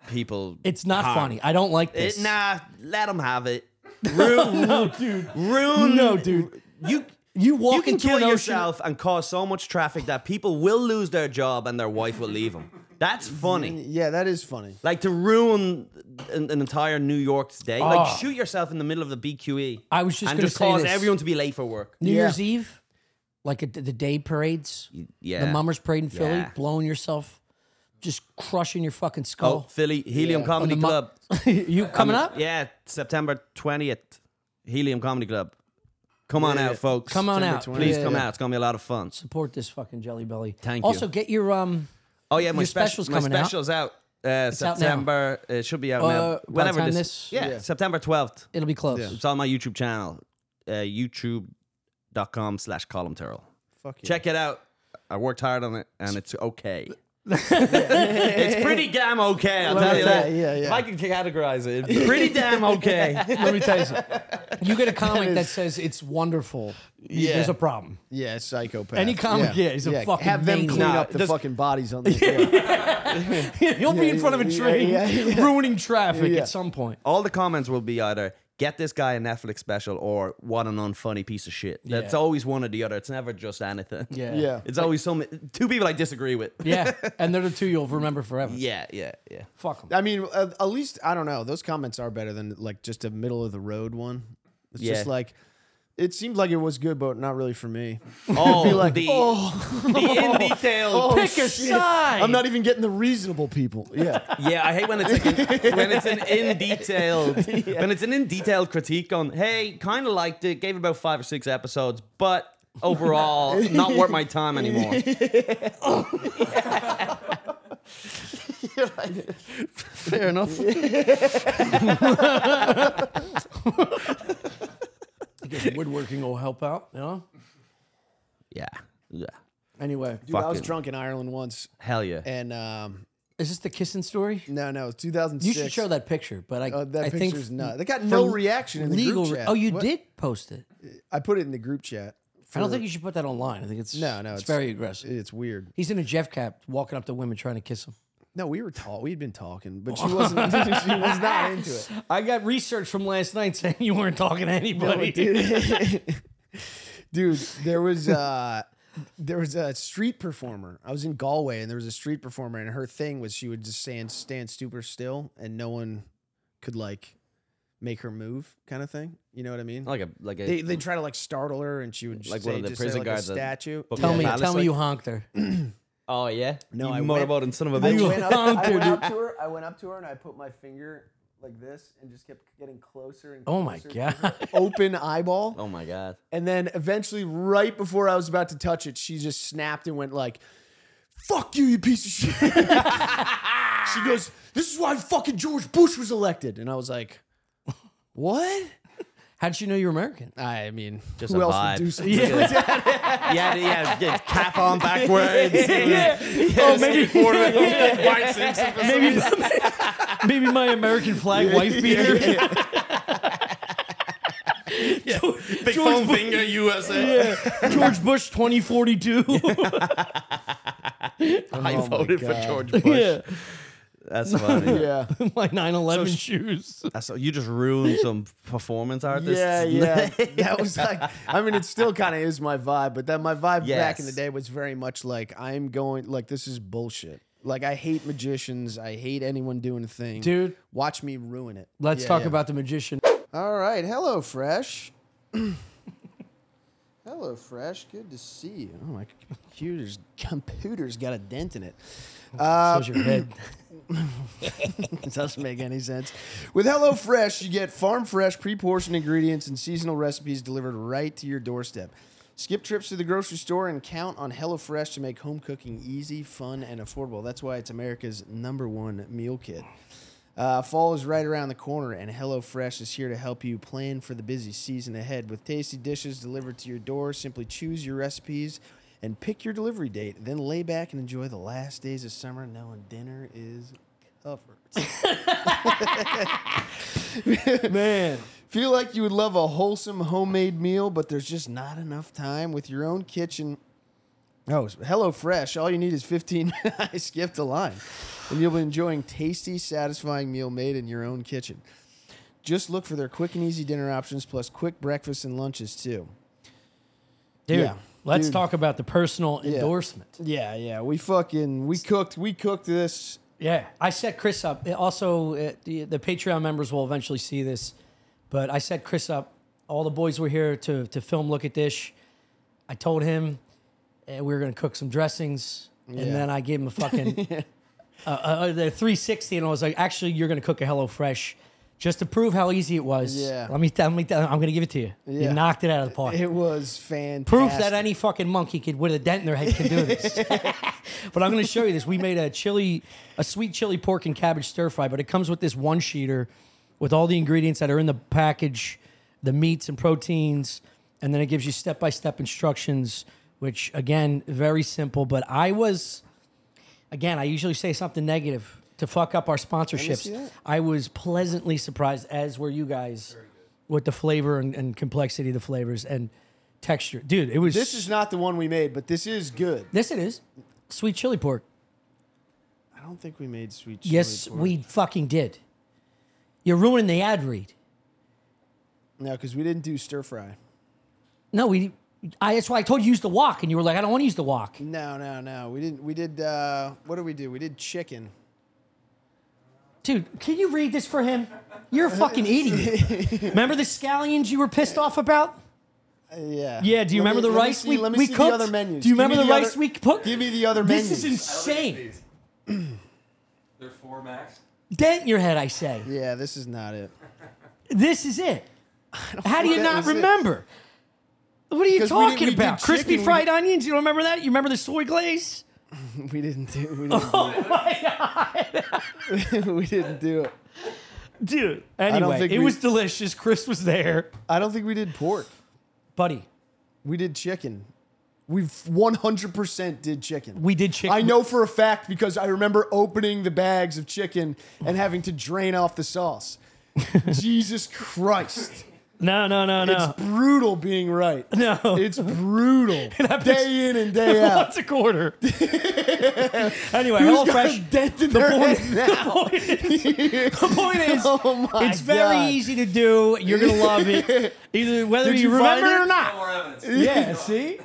C: people.
B: It's not
C: harm.
B: funny. I don't like this.
C: It, nah, let them
B: *laughs*
C: have it. Ruin,
B: no, dude.
C: ruin.
B: No, dude.
C: You
B: You walk
C: you can
B: into
C: kill
B: an ocean-
C: yourself and cause so much traffic that people will lose their job and their wife will leave them. That's funny.
A: Yeah, that is funny.
C: Like to ruin an, an entire New York's day. Like
B: Oh.
C: shoot yourself in the middle of the BQE.
B: I was just
C: and
B: gonna
C: just
B: say
C: cause
B: this.
C: everyone to be late for work.
B: New
A: Yeah.
B: Year's Eve, like at the the day parades,
C: Yeah.
B: the mummers parade in Philly,
C: Yeah.
B: blowing yourself, just crushing your fucking
C: Oh,
B: skull.
C: Philly Helium
A: Yeah.
C: Comedy
B: The mu-
C: Club.
B: *laughs* you coming up?
C: Yeah, September twentieth, Helium Comedy Club. Come on
A: Yeah.
C: out, folks.
B: Come on
A: September
B: out.
A: 20th.
C: Please
A: Yeah,
C: come
A: yeah.
C: out. It's gonna be a lot of fun.
B: Support this fucking jelly belly.
C: Thank
B: Also,
C: you.
B: get your um.
C: Oh yeah, my
B: Your
C: specials
B: special's coming
C: my
B: out.
C: specials out. Uh,
B: out now.
C: September. It should be out
B: Uh, by
C: now.
B: the
C: Whenever
B: time
C: this,
B: this-
C: yeah,
A: Yeah.
C: September twelfth.
B: It'll be close. *laughs*
A: Yeah.
C: It's on my YouTube channel, uh, youtube.com slash column turtle.
A: Fuck yeah.
C: Check it out. I worked hard on it, and it's
B: *laughs*
C: okay. it's pretty damn okay. I'll
A: Well,
C: tell you
A: yeah,
C: that.
A: yeah, yeah.
C: If I can categorize it, it's pretty damn
B: *laughs*
C: okay.
B: Let me tell you something. You get a comic that, says it's wonderful. Yeah. There's a problem.
A: Yeah, it's psychopath.
B: Any comic- yeah, he's a fucking
A: Have them
B: maniac.
A: clean
C: Nah,
A: up the
C: just-
A: fucking bodies on the
B: *laughs*
A: floor.
B: You'll be in
A: yeah,
B: front of a
A: yeah,
B: train,
A: yeah, yeah.
B: ruining traffic
A: Yeah.
B: at some point.
C: All the comments will be either get this guy a Netflix special or what an unfunny piece of shit. That's
B: Yeah.
C: always one or the other. It's never just anything.
B: Yeah.
A: Yeah.
C: It's always some two people I disagree with.
B: Yeah. And they're the two you'll remember forever.
C: Yeah, yeah,
A: *laughs*
C: yeah.
B: Fuck 'em.
A: I mean, uh, at least I don't know. Those comments are better than like just a middle of the road one. It's just
C: Yeah.
A: like it seemed like it was good, but not really for me.
C: Oh,
A: like,
C: the,
A: oh,
C: the in detail.
A: *laughs*
B: Pick a side.
A: I'm not even getting the reasonable people.
C: *laughs*
A: Yeah,
C: Yeah, I hate when it's like an, when it's an
A: *laughs*
C: in detailed when it's an in detailed critique on. Hey, kind of liked it. Gave it about five or six episodes, but overall,
A: *laughs*
C: not worth my time anymore.
A: fair enough.
B: *laughs* I guess woodworking will help out. You know.
C: Yeah, yeah,
B: Anyway,
A: Dude, I was
C: Fucking-
A: drunk in Ireland once,
C: hell yeah.
A: and um,
B: is this the kissing story?
A: no, no, it's 2006.
B: You should show that picture, but I,
A: Uh, that
B: I think
A: picture's not. They got no
B: for
A: reaction in the
B: legal.
A: group
B: re-
A: chat.
B: oh, you
A: What?
B: did post it.
A: I put it in the group chat.
B: I don't
A: for-
B: think you should put that online. I think it's
A: No, no,
B: it's,
A: it's-
B: very aggressive.
A: it's weird.
B: He's in a Jeff cap, walking up to women trying to kiss him.
A: No, we were taught. We'd been talking,
B: *laughs*
A: but she wasn't. *laughs* she was not into it.
B: I got research from last night saying you weren't talking to
A: No,
B: anybody.
A: Oh, dude.
B: *laughs*
A: Dude, there was uh there was a street performer. I was in Galway and there was a street performer and her thing was she would just stand stand super still and no one could like make her move kind of thing. You know what I mean?
C: Like a like a
A: they they try to like startle her and she would just
C: Like
A: like
C: one
A: say,
C: of the
A: just say,
C: prison
A: like,
C: guards
A: a
C: that-
A: statue.
B: *laughs*
C: But-
B: Tell me,
C: Yeah.
B: tell me you honked her.
C: oh yeah.
A: No,
C: you
A: I went-
C: motorboat and son of a
A: I *laughs*
C: bitch.
A: went, up, I
B: Dude.
A: went up to her. I went up to her and I put my finger like this and just kept getting closer and *laughs*
B: Oh my
A: closer.
B: god!
A: Open eyeball.
C: Oh
A: *laughs*
C: my god.
A: And then eventually, right before I was about to touch it, she just snapped and went like, "Fuck you, you piece of shit." she goes, "This is why fucking George Bush was elected." And I was like, "What?"
B: How did you know you were
A: *laughs*
B: American?
A: I mean,
C: Just
A: who
C: a
A: else
C: vibe.
A: would do something?
C: Yeah, yeah, yeah. Cap
A: *laughs*
C: on backwards. *laughs*
B: Oh, maybe,
C: Bart Simpson for some reason.
B: *laughs* maybe my American flag wife beater. *laughs*
C: Big foam finger USA.
A: *laughs*
B: George Bush, twenty forty two.
C: I
A: Oh my
C: voted for
A: God.
C: *laughs* George Bush. That's funny.
A: *laughs* *laughs* Yeah.
B: *laughs* my 9/11
C: So sh-
B: shoes.
C: That's, you just ruined some performance artists. *laughs*
A: Yeah, yeah. *laughs* that was like, I mean, it still kind of is my vibe, but that my vibe back in the
C: Yes.
A: day was very much like, I'm going, like, this is bullshit. Like, I hate magicians. I hate anyone doing a thing.
B: Dude.
A: Watch me ruin it.
B: Let's
A: Yeah,
B: talk
A: yeah. Uh,
B: about the magician.
A: All right. Hello, Fresh. *clears throat* Hello, Fresh. Good to see you. Oh, my computer's, computer's got a dent in it.
B: Close your
A: *clears throat*
B: head.
A: *laughs* It doesn't make any sense. With HelloFresh, you get farm fresh, pre portioned ingredients and seasonal recipes delivered right to your doorstep. Skip trips to the grocery store and count on HelloFresh to make home cooking easy, fun, and affordable. That's why it's America's number one meal kit. Uh, fall is right around the corner, and HelloFresh is here to help you plan for the busy season ahead. With tasty dishes delivered to your door, simply choose your recipes and pick your delivery date. Then lay back and enjoy the last days of summer knowing dinner is covered.
B: Man.
A: Feel like you would love a wholesome homemade meal, but there's just not enough time with your own kitchen. Oh, Hello Fresh! All you need is *laughs* 15. I skipped a line, and you'll be enjoying tasty, satisfying meal made in your own kitchen. Just look for their quick and easy dinner options, plus quick breakfasts and lunches too.
B: Dude,
A: Yeah.
B: let's
A: Dude.
B: talk about the personal endorsement.
A: Yeah, yeah. We fucking we cooked we cooked this.
B: Yeah, I set Chris up. It Also, uh, the, the Patreon members will eventually see this, but I set Chris up. All the boys were here to to film. Look at Dish. I told him uh, we were going to cook some dressings, and then I gave him a fucking
A: *laughs*
B: uh, uh, the 360, and I was like, "Actually, you're going to cook a Hello Fresh." Just to prove how easy it was,
A: Yeah.
B: let me tell me tell- I'm going to give it to you.
A: Yeah.
B: You knocked it out of the park.
A: It was fantastic.
B: Proof that any fucking monkey could with a dent in their head can do this.
A: *laughs*
B: but I'm going to show you this. We made a chili, a sweet chili pork and cabbage stir fry, but it comes with this one sheeter with all the ingredients that are in the package, the meats and proteins, and then it gives you step by step instructions, which again, very simple. But I was, again, I usually say something negative to fuck up our
A: see
B: sponsorships.
A: that.
B: I was pleasantly surprised, as were you guys, with the flavor and, and complexity of the flavors and texture. Dude, it was.
A: This is not the one we made, but this is good.
B: Yes, it is. Sweet chili pork.
A: I don't think we made sweet. chili
B: yes,
A: pork.
B: we fucking did. You're ruining the ad read.
A: no, because we didn't do stir fry.
B: No, we. I, that's why I told you use the wok, and you were like, I don't want to use the wok.
A: No, no, no. We didn't. We did. Uh, what did we do? We did chicken.
B: Dude, can you read this for him? You're
A: *laughs*
B: a fucking idiot. Remember the scallions you were pissed off about?
A: Uh, yeah.
B: Yeah, do you
A: Let
B: remember
A: me-
B: the
A: let me
B: rice
A: see-
B: we,
A: let me
B: we
A: see
B: cooked?
A: The other menus.
B: Do you
A: Give me
B: remember the,
A: other-
B: rice we cooked?
A: Give me the other
B: This
A: menus.
B: is insane.
D: They're four max.
B: Dent in your head, I say.
A: Yeah, this is not it. *laughs*
B: This is it. How do you
A: that
B: not
A: was it.
B: remember? What are
A: 'Cause we
B: you
A: did-
B: talking
A: we did
B: about? Crispy
A: chicken, we
B: fried onions? You don't remember that? You remember the soy glaze?
A: We didn't do.
B: *laughs*
A: We didn't,
B: Oh
A: do, *laughs* we didn't do it.
B: Dude.
A: don't
B: Anyway,
A: think
B: it
A: we-
B: was delicious. Chris was there.
A: I don't think we did pork.
B: Buddy,
A: We did chicken. We 100% did chicken.
B: we did chicken.
A: I know for a fact because I remember opening the bags of chicken and having to drain off the
B: *laughs*
A: sauce. Jesus Christ.
B: No, no, no, no. *laughs*
A: It's brutal being *laughs* right.
B: no.
A: It's brutal.
B: happens-
A: day in *laughs* and *laughs* day out.
B: Once a quarter. anyway,
A: Who's
B: all
A: got
B: fresh.
A: a dent in their
B: point- *laughs*
A: head now?
B: point is, the point is
A: *laughs* Oh my
B: it's very
A: God.
B: easy to do. You're gonna love
A: *laughs*
B: it, either whether
A: Did
B: you,
A: you find
B: remember
A: it?
B: it
D: No
B: or not.
D: more evidence.
B: Yeah, see,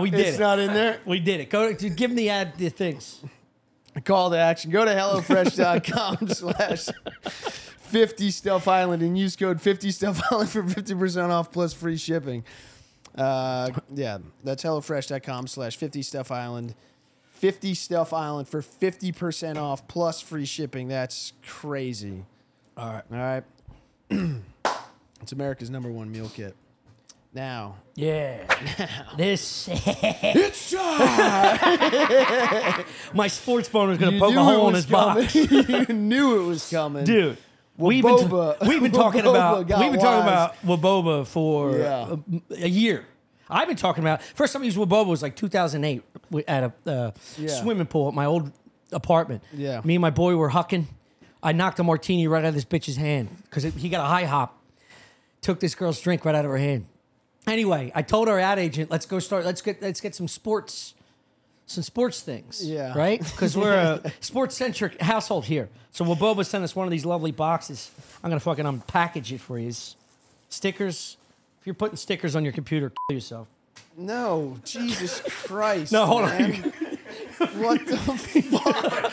A: *laughs*
B: we did
A: It's
B: it.
A: not in there.
B: we did it. Go to give them the ad the things.
A: Call to action. Go to
B: *laughs*
A: HelloFresh.com slash 50 Stealth Island and use code 50 Stealth Island for 50% off plus free shipping. Uh, yeah, that's HelloFresh.com slash 50 Stealth Island. 50 Stealth Island for 50% off plus free shipping. That's crazy.
B: All right.
A: All right. *clears throat* it's America's number one meal kit. Now, *laughs*
B: Yeah. this
A: it's *laughs* time.
B: my sports boner is gonna
A: You
B: poke
A: knew
B: a
A: it
B: hole in
A: was
B: his box,
A: coming. *laughs* you knew it was coming.
B: dude. We've been,
A: Waboba-
B: we've *laughs*
A: *laughs*
B: been talking
A: Waboba
B: about we've
A: got
B: been talking
A: wise.
B: about Waboba for
A: Yeah.
B: a, a year. I've been talking about first time I used Waboba was like 2008 w- at a uh,
A: Yeah.
B: swimming pool at my old apartment.
A: Yeah.
B: me and my boy were hucking. I knocked a martini right out of this bitch's hand because he got a high hop. Took this girl's drink right out of her hand. Anyway, I told our ad agent, "Let's go start. Let's get let's get some sports some sports things.
A: Yeah. *laughs*
B: Right? Because we're a sports centric household here. So will Boba sent us one of these lovely boxes. I'm gonna fucking unpackage it for you. Stickers. If you're putting stickers on your computer, kill yourself.
A: No, Jesus Christ.
B: No, hold on. *laughs*
A: man. What the fuck?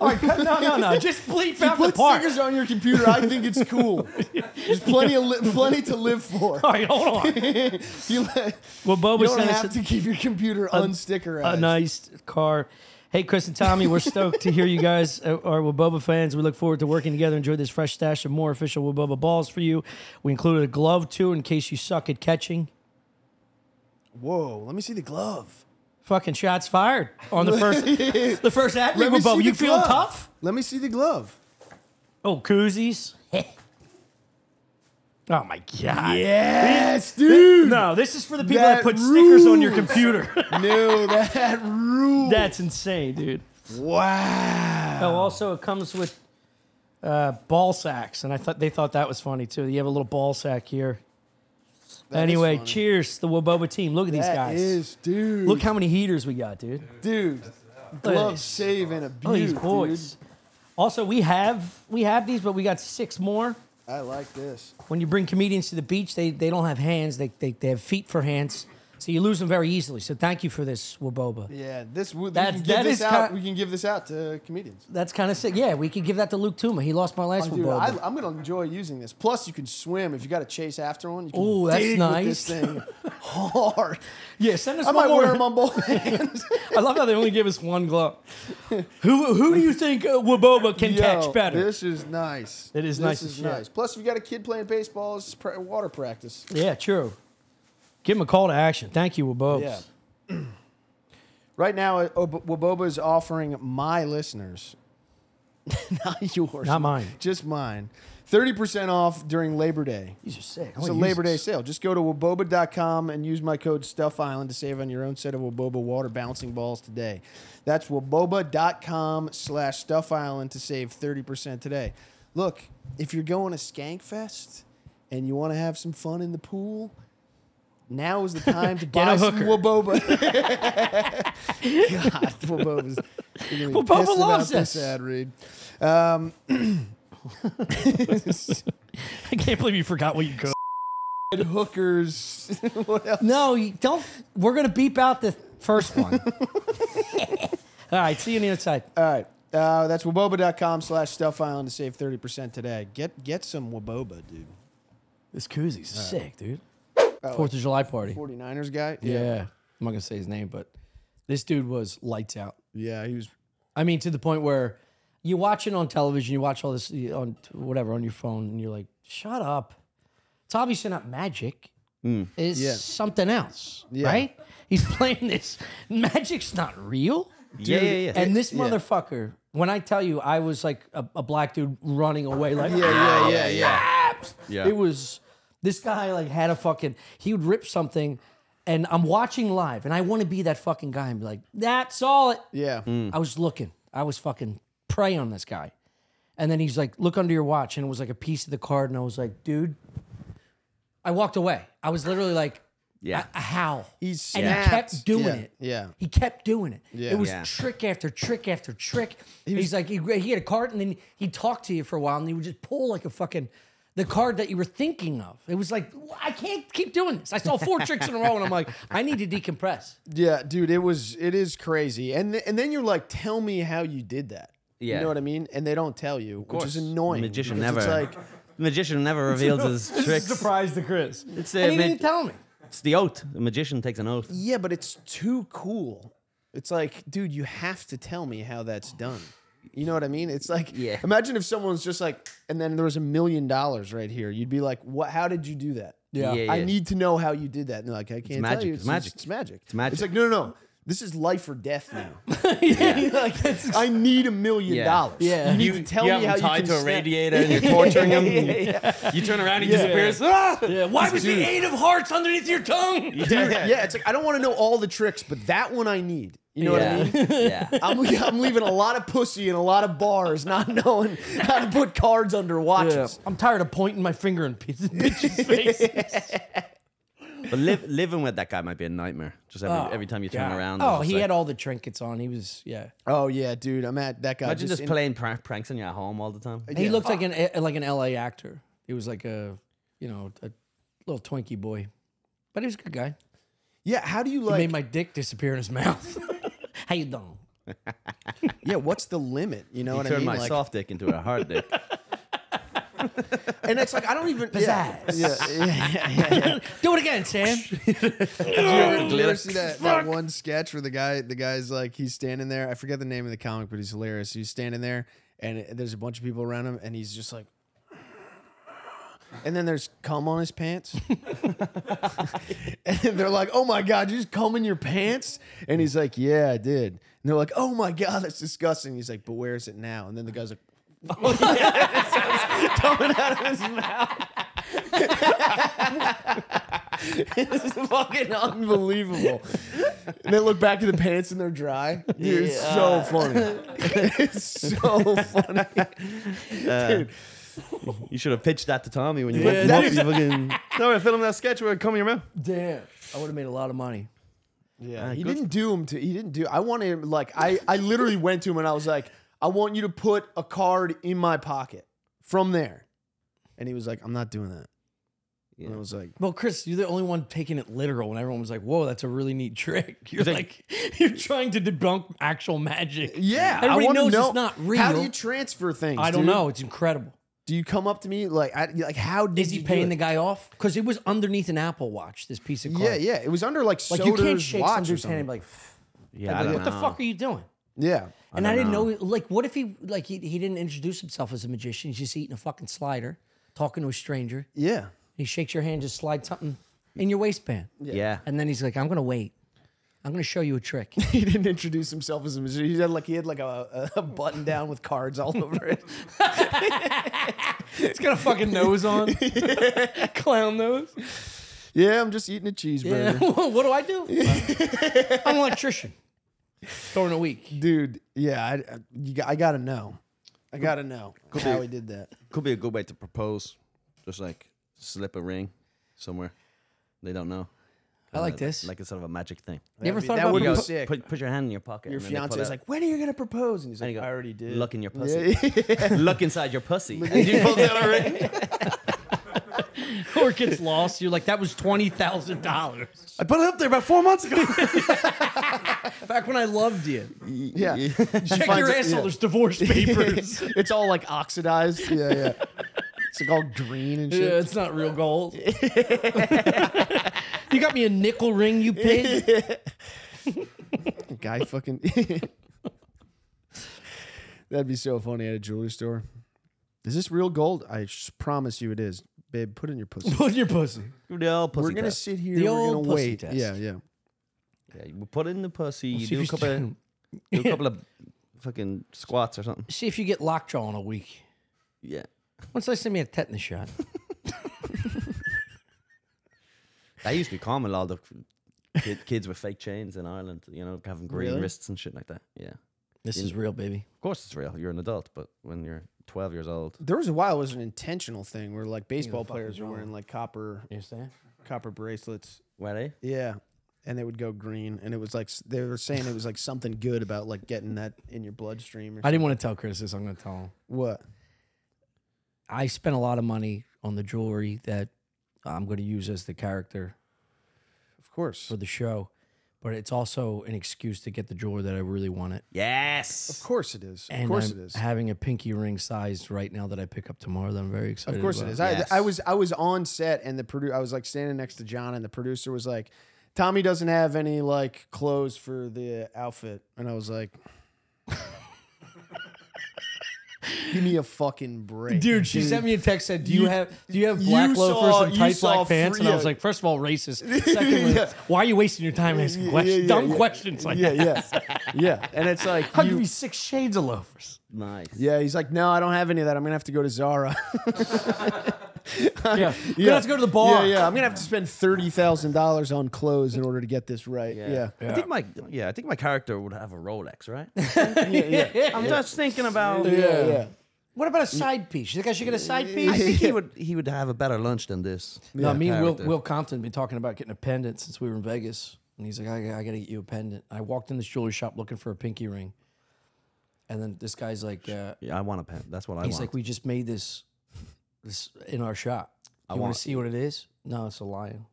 B: All right, cut- no, no, no.
A: *laughs*
B: Just bleep out the
A: Put
B: part.
A: stickers on your computer. I think it's
B: *laughs*
A: cool. There's plenty of li- plenty to live for.
B: All right, hold on.
A: *laughs* You, let-
B: Well,
A: you
B: Boba
A: don't
B: sent us a-
A: have to keep your computer unstickerized.
B: a nice car. Hey, Chris and Tommy, we're stoked to hear you guys uh, are Waboba fans. We look forward to working together. Enjoy this fresh stash of more official Waboba balls for you. We included a glove too in case you suck at catching.
A: Whoa, let me see the glove.
B: Fucking shots fired on the first
A: *laughs*
B: the first ad read,
A: Let me see
B: Waboba. You
A: the
B: feel
A: glove.
B: tough?
A: Let me see the glove.
B: Oh, koozies. *laughs* oh my god.
A: Yes, dude.
B: No, this is for the people that,
A: That
B: put stickers on your
A: rules.
B: computer. *laughs*
A: No, that rules.
B: That's insane, dude.
A: wow.
B: Oh, also it comes with uh, ball sacks, and I thought they thought that was funny too. You have a little ball sack here.
A: That is
B: anyway,
A: funny.
B: cheers the Woboba team. Look at these
A: That
B: guys.
A: is- dude.
B: Look how many heaters we got, dude.
A: dude.
B: Look at
A: Glove
B: this.
A: save and abuse.
B: Look at these boys. Also, we have we have these, but we got six more.
A: I like this.
B: When you bring comedians to the beach, they they don't have hands. They they, they have feet for hands, so you lose them very easily. So thank you for this Woboba.
A: Yeah, this w- we
B: That-
A: can give
B: that
A: this
B: is
A: out.
B: ki-
A: we can give this out to comedians.
B: That's kind of sick. Yeah, we could give that to Luke Tuma. He lost my last
A: Oh, Dude,
B: Woboba.
A: I, I'm gonna enjoy using this. Plus, you can swim if you got to chase after one. You can
B: Ooh, that's
A: dig with this
B: nice.
A: thing *laughs* hard.
B: yeah, send us
A: I
B: one
A: might
B: more.
A: wear them on both
B: *laughs*
A: hands.
B: I love how they only give us one glove. Who who do you think uh, Waboba can
A: Yo,
B: catch better?
A: This is nice.
B: It is
A: this
B: nice as
A: is
B: shit.
A: nice. Plus, if you got a kid playing baseball, it's pra- water practice.
B: Yeah, true. Give him a call to action. Thank you, Wabobes.
A: Yeah. *clears throat* Right now, uh, Ob- Waboba is offering my listeners, *laughs* not yours,
B: Not mine.
A: just mine, thirty percent off during Labor Day.
B: These are sick.
A: It's a Labor Day sale. Just go to waboba.com and use my code Stuff Island to save on your own set of Waboba water bouncing balls today. That's waboba.com slash Stuff Island to save 30% today. Look, if you're going to Skank Fest and you want to have some fun in the pool, now is
B: *laughs*
A: the time to
B: Get
A: buy
B: a
A: some
B: hooker. *laughs*
A: Waboba. *laughs* God, Waboba's. you're gonna be
B: Waboba
A: pissed about
B: loves
A: this
B: us.
A: ad read.
B: *laughs* I can't believe you forgot what you go.
A: Hookers. what else?
B: No, you don't. We're gonna beep out the first *laughs* one. All right. See you on the inside.
A: All right. Uh, that's waboba.com slash stuff island to save 30% today. Get get some waboba, dude.
B: This koozie's sick, dude.
A: Oh.
B: Fourth of July party.
A: 49ers guy?
B: Yeah. I'm not gonna say his name, but this dude was lights out.
A: Yeah, he was.
B: I mean, to the point where you watch it on television, you watch all this you- on t- whatever on your phone, and you're like, "Shut up!" It's obviously not magic.
C: Hmm.
B: It's
A: Yeah.
B: something else,
A: Yeah.
B: right? He's *laughs* playing this. Magic's not real.
C: yeah, yeah, yeah.
B: And this motherfucker, when I tell you, I was like a, a black dude running away, like
A: Yeah, yeah, yeah, yeah.
B: *laughs*
C: yeah.
B: it was this guy like had a fucking he would rip something, and I'm watching live, and I want to be that fucking guy and be like, "That's all it."
A: Yeah.
B: I was looking. I was fucking prey on this guy. And then he's like, look under your watch. And it was like a piece of the card. And I was like, dude, I walked away. I was literally like,
C: Yeah.
B: "Uh, how?
A: He's
B: and he kept doing
A: yeah,
B: it.
A: yeah.
B: He kept doing it. It was
C: Yeah.
B: trick after trick after trick. he's like, he, he had a card and then he'd talk to you for a while and he would just pull like a fucking, the card that you were thinking of. It was like, I can't keep doing this. I saw *laughs* four tricks in a row and I'm like, I need to decompress.
A: Yeah, dude, it was, it is crazy. And, th- and then you're like, tell me how you did that.
C: Yeah.
A: You know what I mean? And they don't tell you, which is
C: course.
A: annoying.
C: Magician
A: because
C: never-
A: It's like,
C: magician never reveals
A: *laughs*
C: his tricks.
B: Surprise to Chris.
C: It's,
B: And
C: a
B: he
C: ma-
B: didn't tell me.
C: it's the oath. The magician takes an oath.
A: yeah, but it's too cool. It's like, dude, you have to tell me how that's done. You know what I mean? It's like,
C: Yeah.
A: imagine if someone's just like, and then there was a million dollars right here. You'd be like, what? How did you do that?
C: Yeah, yeah.
A: I need to know how you did that. And they're like, I can't tell
C: magic.
A: you.
C: It's
A: just-
C: magic.
A: It's magic. It's
C: magic.
A: It's like, no, no, no. This is life or death
C: *laughs*
A: now.
B: *laughs* yeah. like, that's
A: I need a million
C: Yeah.
A: dollars.
B: Yeah.
A: You need to tell me how you can snap- *laughs*
C: and you're torturing him. You turn around, he disappears. Ah!
B: Yeah, why was the eight of hearts underneath your tongue?
A: Dude, yeah. it's like I don't want to know all the tricks, but that one I need. You know what I
C: Yeah.
A: mean? *laughs*
C: yeah.
A: I'm, I'm leaving a lot of pussy in a lot of bars, not knowing how to put cards under watches.
B: *laughs* I'm tired of pointing my finger in bitch's face.
C: But live, living with that guy might be a nightmare. Just every,
B: Oh,
C: every time you turn
B: God.
C: around.
B: Oh, he had all the trinkets on. He was yeah.
A: Oh yeah, dude. I'm at that guy.
C: Imagine just
A: in-
C: playing prank, pranks on you at home all the time.
B: He
A: Yeah,
B: looked like an a- like an LA actor. He was like a you know a little Twinkie boy, but he was a good guy.
A: Yeah. How do you
B: He
A: like?
B: made my dick disappear in his mouth. *laughs* How you doing?
A: yeah. What's the limit? You know
C: He
A: what I
C: turned
A: mean?
C: my
A: Like-
C: soft dick into a
A: *laughs*
C: hard dick.
A: and it's like I don't even. *laughs* Yeah.
B: Pizzazz.
A: Yeah. yeah,
C: *laughs*
A: yeah, yeah.
B: *laughs* Do it again, Sam.
A: Did you ever see that, that one sketch where the guy the guy's like he's standing there? I forget the name of the comic, but he's hilarious. He's standing there, and it- there's a bunch of people around him, and he's just like. And then there's cum on his pants. *laughs* and they're like, oh my God, you just cum in your pants? And he's like, yeah, I did. And they're like, oh my God, that's disgusting. He's like, but where is it now? And then the guy's like, Oh, *laughs* *laughs* This is fucking unbelievable. and they look back at the pants and they're dry. Dude, it's so funny. *laughs* it's so funny.
C: You should have pitched that to Tommy when you
B: Yeah,
C: went
B: that
C: up. You fucking, *laughs* Tommy, film that sketch where it come in your mouth.
B: *laughs* Damn, I would have made a lot of money.
A: Yeah, he
C: good.
A: didn't do him to. He didn't do. I wanted him like I. I literally went to him and I was like, I want you to put a card in my pocket from there, and he was like, I'm not doing that. And I was like,
B: Well, Chris, you're the only one taking it literal when everyone was like, "Whoa, that's a really neat trick." *laughs* You're like,
C: think-
B: you're trying to debunk actual magic.
A: Yeah,
B: everybody
A: I wanna
B: knows
A: know,
B: it's not
A: How do
B: real.
A: you transfer things?
B: I don't
A: dude?
B: know. It's incredible.
A: Do you come up to me like, I, like how did
B: Is he
A: you
B: paying the
A: do it?
B: guy off? Because it was underneath an Apple Watch. This piece of cloth.
A: Yeah, yeah. It was under like,
B: Like you can't
A: Soder's
B: shake
A: watch or
B: somebody's hand
A: something.
B: and be like,
C: Yeah, I
B: like,
C: don't
B: "What the
C: know.
B: fuck are you doing?"
A: yeah.
B: And I,
C: don't
B: didn't know.
C: know.
B: Like, what if he like he, he didn't introduce himself as a magician? He's just eating a fucking slider, talking to a stranger.
A: Yeah.
B: He shakes your hand, just slides something in your waistband,
C: Yeah.
B: and then he's like, "I'm gonna wait. I'm gonna show you a *laughs* trick."
A: *laughs* he didn't introduce himself as a magician. He had like he had like a, a button down with cards all over it.
B: He's got a fucking nose on, clown nose.
A: *laughs* Yeah, I'm just eating a cheeseburger,
B: *laughs* what do I do? I'm an electrician. During a week.
A: dude. Yeah, I, I, you, got- I gotta know. I gotta know how he did that.
C: Could be a good way to propose. Just like slip a ring somewhere. They don't know. Uh,
B: I like this.
C: Like it's sort of a magic thing.
B: you ever
A: That'd be-
B: thought
A: that
B: about
A: would be
B: propo-
A: so sick.
C: Put, put your hand in your pocket.
A: Your
C: and then they
A: fiance
C: pull
A: is
C: out-
A: like, "When are you gonna propose?" And he's
C: and
A: like,
C: you go,
A: "I already did."
C: Look in your pussy.
A: *laughs* Yeah.
C: *laughs* look inside your pussy. and you pull out a ring.
B: or it gets lost? You're like, that was twenty thousand dollars.
C: *laughs* I put it up there about four months ago. *laughs*
B: Back when I loved you.
A: *laughs* yeah. *laughs* She
B: Check
A: finds
B: your
A: it-
B: asshole.
A: yeah.
B: *laughs* There's divorce
A: *laughs*
B: papers. *laughs*
A: It's all like oxidized. Yeah, yeah. It's like all green and
B: Yeah,
A: shit.
B: it's not real gold. *laughs* you got me a nickel ring, you pig.
A: Guy fucking. *laughs* That'd be so funny at a jewelry store. Is this real gold? I s- promise you it is, babe. Put it in your pussy.
B: Put your pussy.
C: The old pussy
A: we're gonna
C: test.
A: sit here.
B: The
A: we're
B: old
A: gonna
B: pussy
A: wait.
B: test.
A: Yeah, yeah.
C: Yeah, you put it in the pussy. You
B: See if
C: do a
B: you
C: couple of,
B: st-
C: do a *laughs* couple of fucking squats or something.
B: See if you get lockjaw in a week.
C: Yeah.
B: Once I send me a tetanus shot.
C: That used to be common. A lot of kid, kids with fake chains in Ireland, you know, having green
A: Really?
C: wrists and shit like that. Yeah. Of
B: This is real, baby.
C: course it's real. You're an adult, but when you're 12 years old,
A: There was a while it was an intentional thing where like baseball players were wearing like copper
B: You understand?
A: copper bracelets.
C: were they?
A: Yeah. And they would go green, and it was like s- they were saying it was like something good about like getting that in your bloodstream. Or
B: I didn't want to tell Chris this. I'm going to tell him.
A: what?
B: I spent a lot of money on the jewelry that I'm going to use as the character
A: Of course.
B: for the show, but it's also an excuse to get the jewelry that I really wanted.
A: Of
C: Yes.
A: course it is. Of
B: And
A: course
B: I'm
A: it is.
B: having a pinky ring sized right now that I pick up tomorrow that I'm very excited
A: Of course it
B: about.
A: is.
C: Yes.
A: I, I was I was on set and the produ- I was like standing next to John and the producer was like, Tommy doesn't have any like clothes for the outfit, and I was
B: *laughs*
A: like, Give me a fucking break,
B: Dude, she sent me a text said, "Do you,
A: You-
B: have do you have
A: you
B: black
A: saw-
B: loafers and
A: you
B: tight
A: saw
B: black pants?" And I
A: free-
B: was like, first of all, racist. Secondly,
A: *laughs* Yeah.
B: why are you wasting your time asking
A: Yeah,
B: questions?
A: yeah,
B: dumb
A: yeah.
B: questions like
A: yeah,
B: that.
A: yeah, yeah. And it's like,
B: I'll
A: you-
B: give you six shades of
A: *laughs*
B: loafers.
C: Nice.
A: yeah, he's like, no, I don't have any of that. I'm gonna have to go to Zara.
B: Yeah, you're
A: *laughs*
B: gonna have to go to the bar.
A: Yeah, yeah. I'm gonna have to spend thirty thousand dollars on clothes in order to get this right. Yeah,
C: I think my yeah,
B: *laughs*
C: I think my character would have a Rolex, right?
A: yeah, yeah.
C: I'm just thinking about
A: yeah. yeah.
B: What about a side piece? You think I should get a side
C: I
B: piece?
C: think he would he would have a better lunch than this.
B: No, me and Will,
C: Character.
B: Will Compton been talking about getting a pendant since we were in Vegas. And he's like, I, I got to get you a pendant. I walked in this jewelry shop looking for a pinky ring. And then this guy's like, uh,
C: Yeah, I want a pen. That's what I
B: he's
C: want.
B: like, we just made this this in our shop. You want
C: want-
B: to see what it is? No, it's a lion.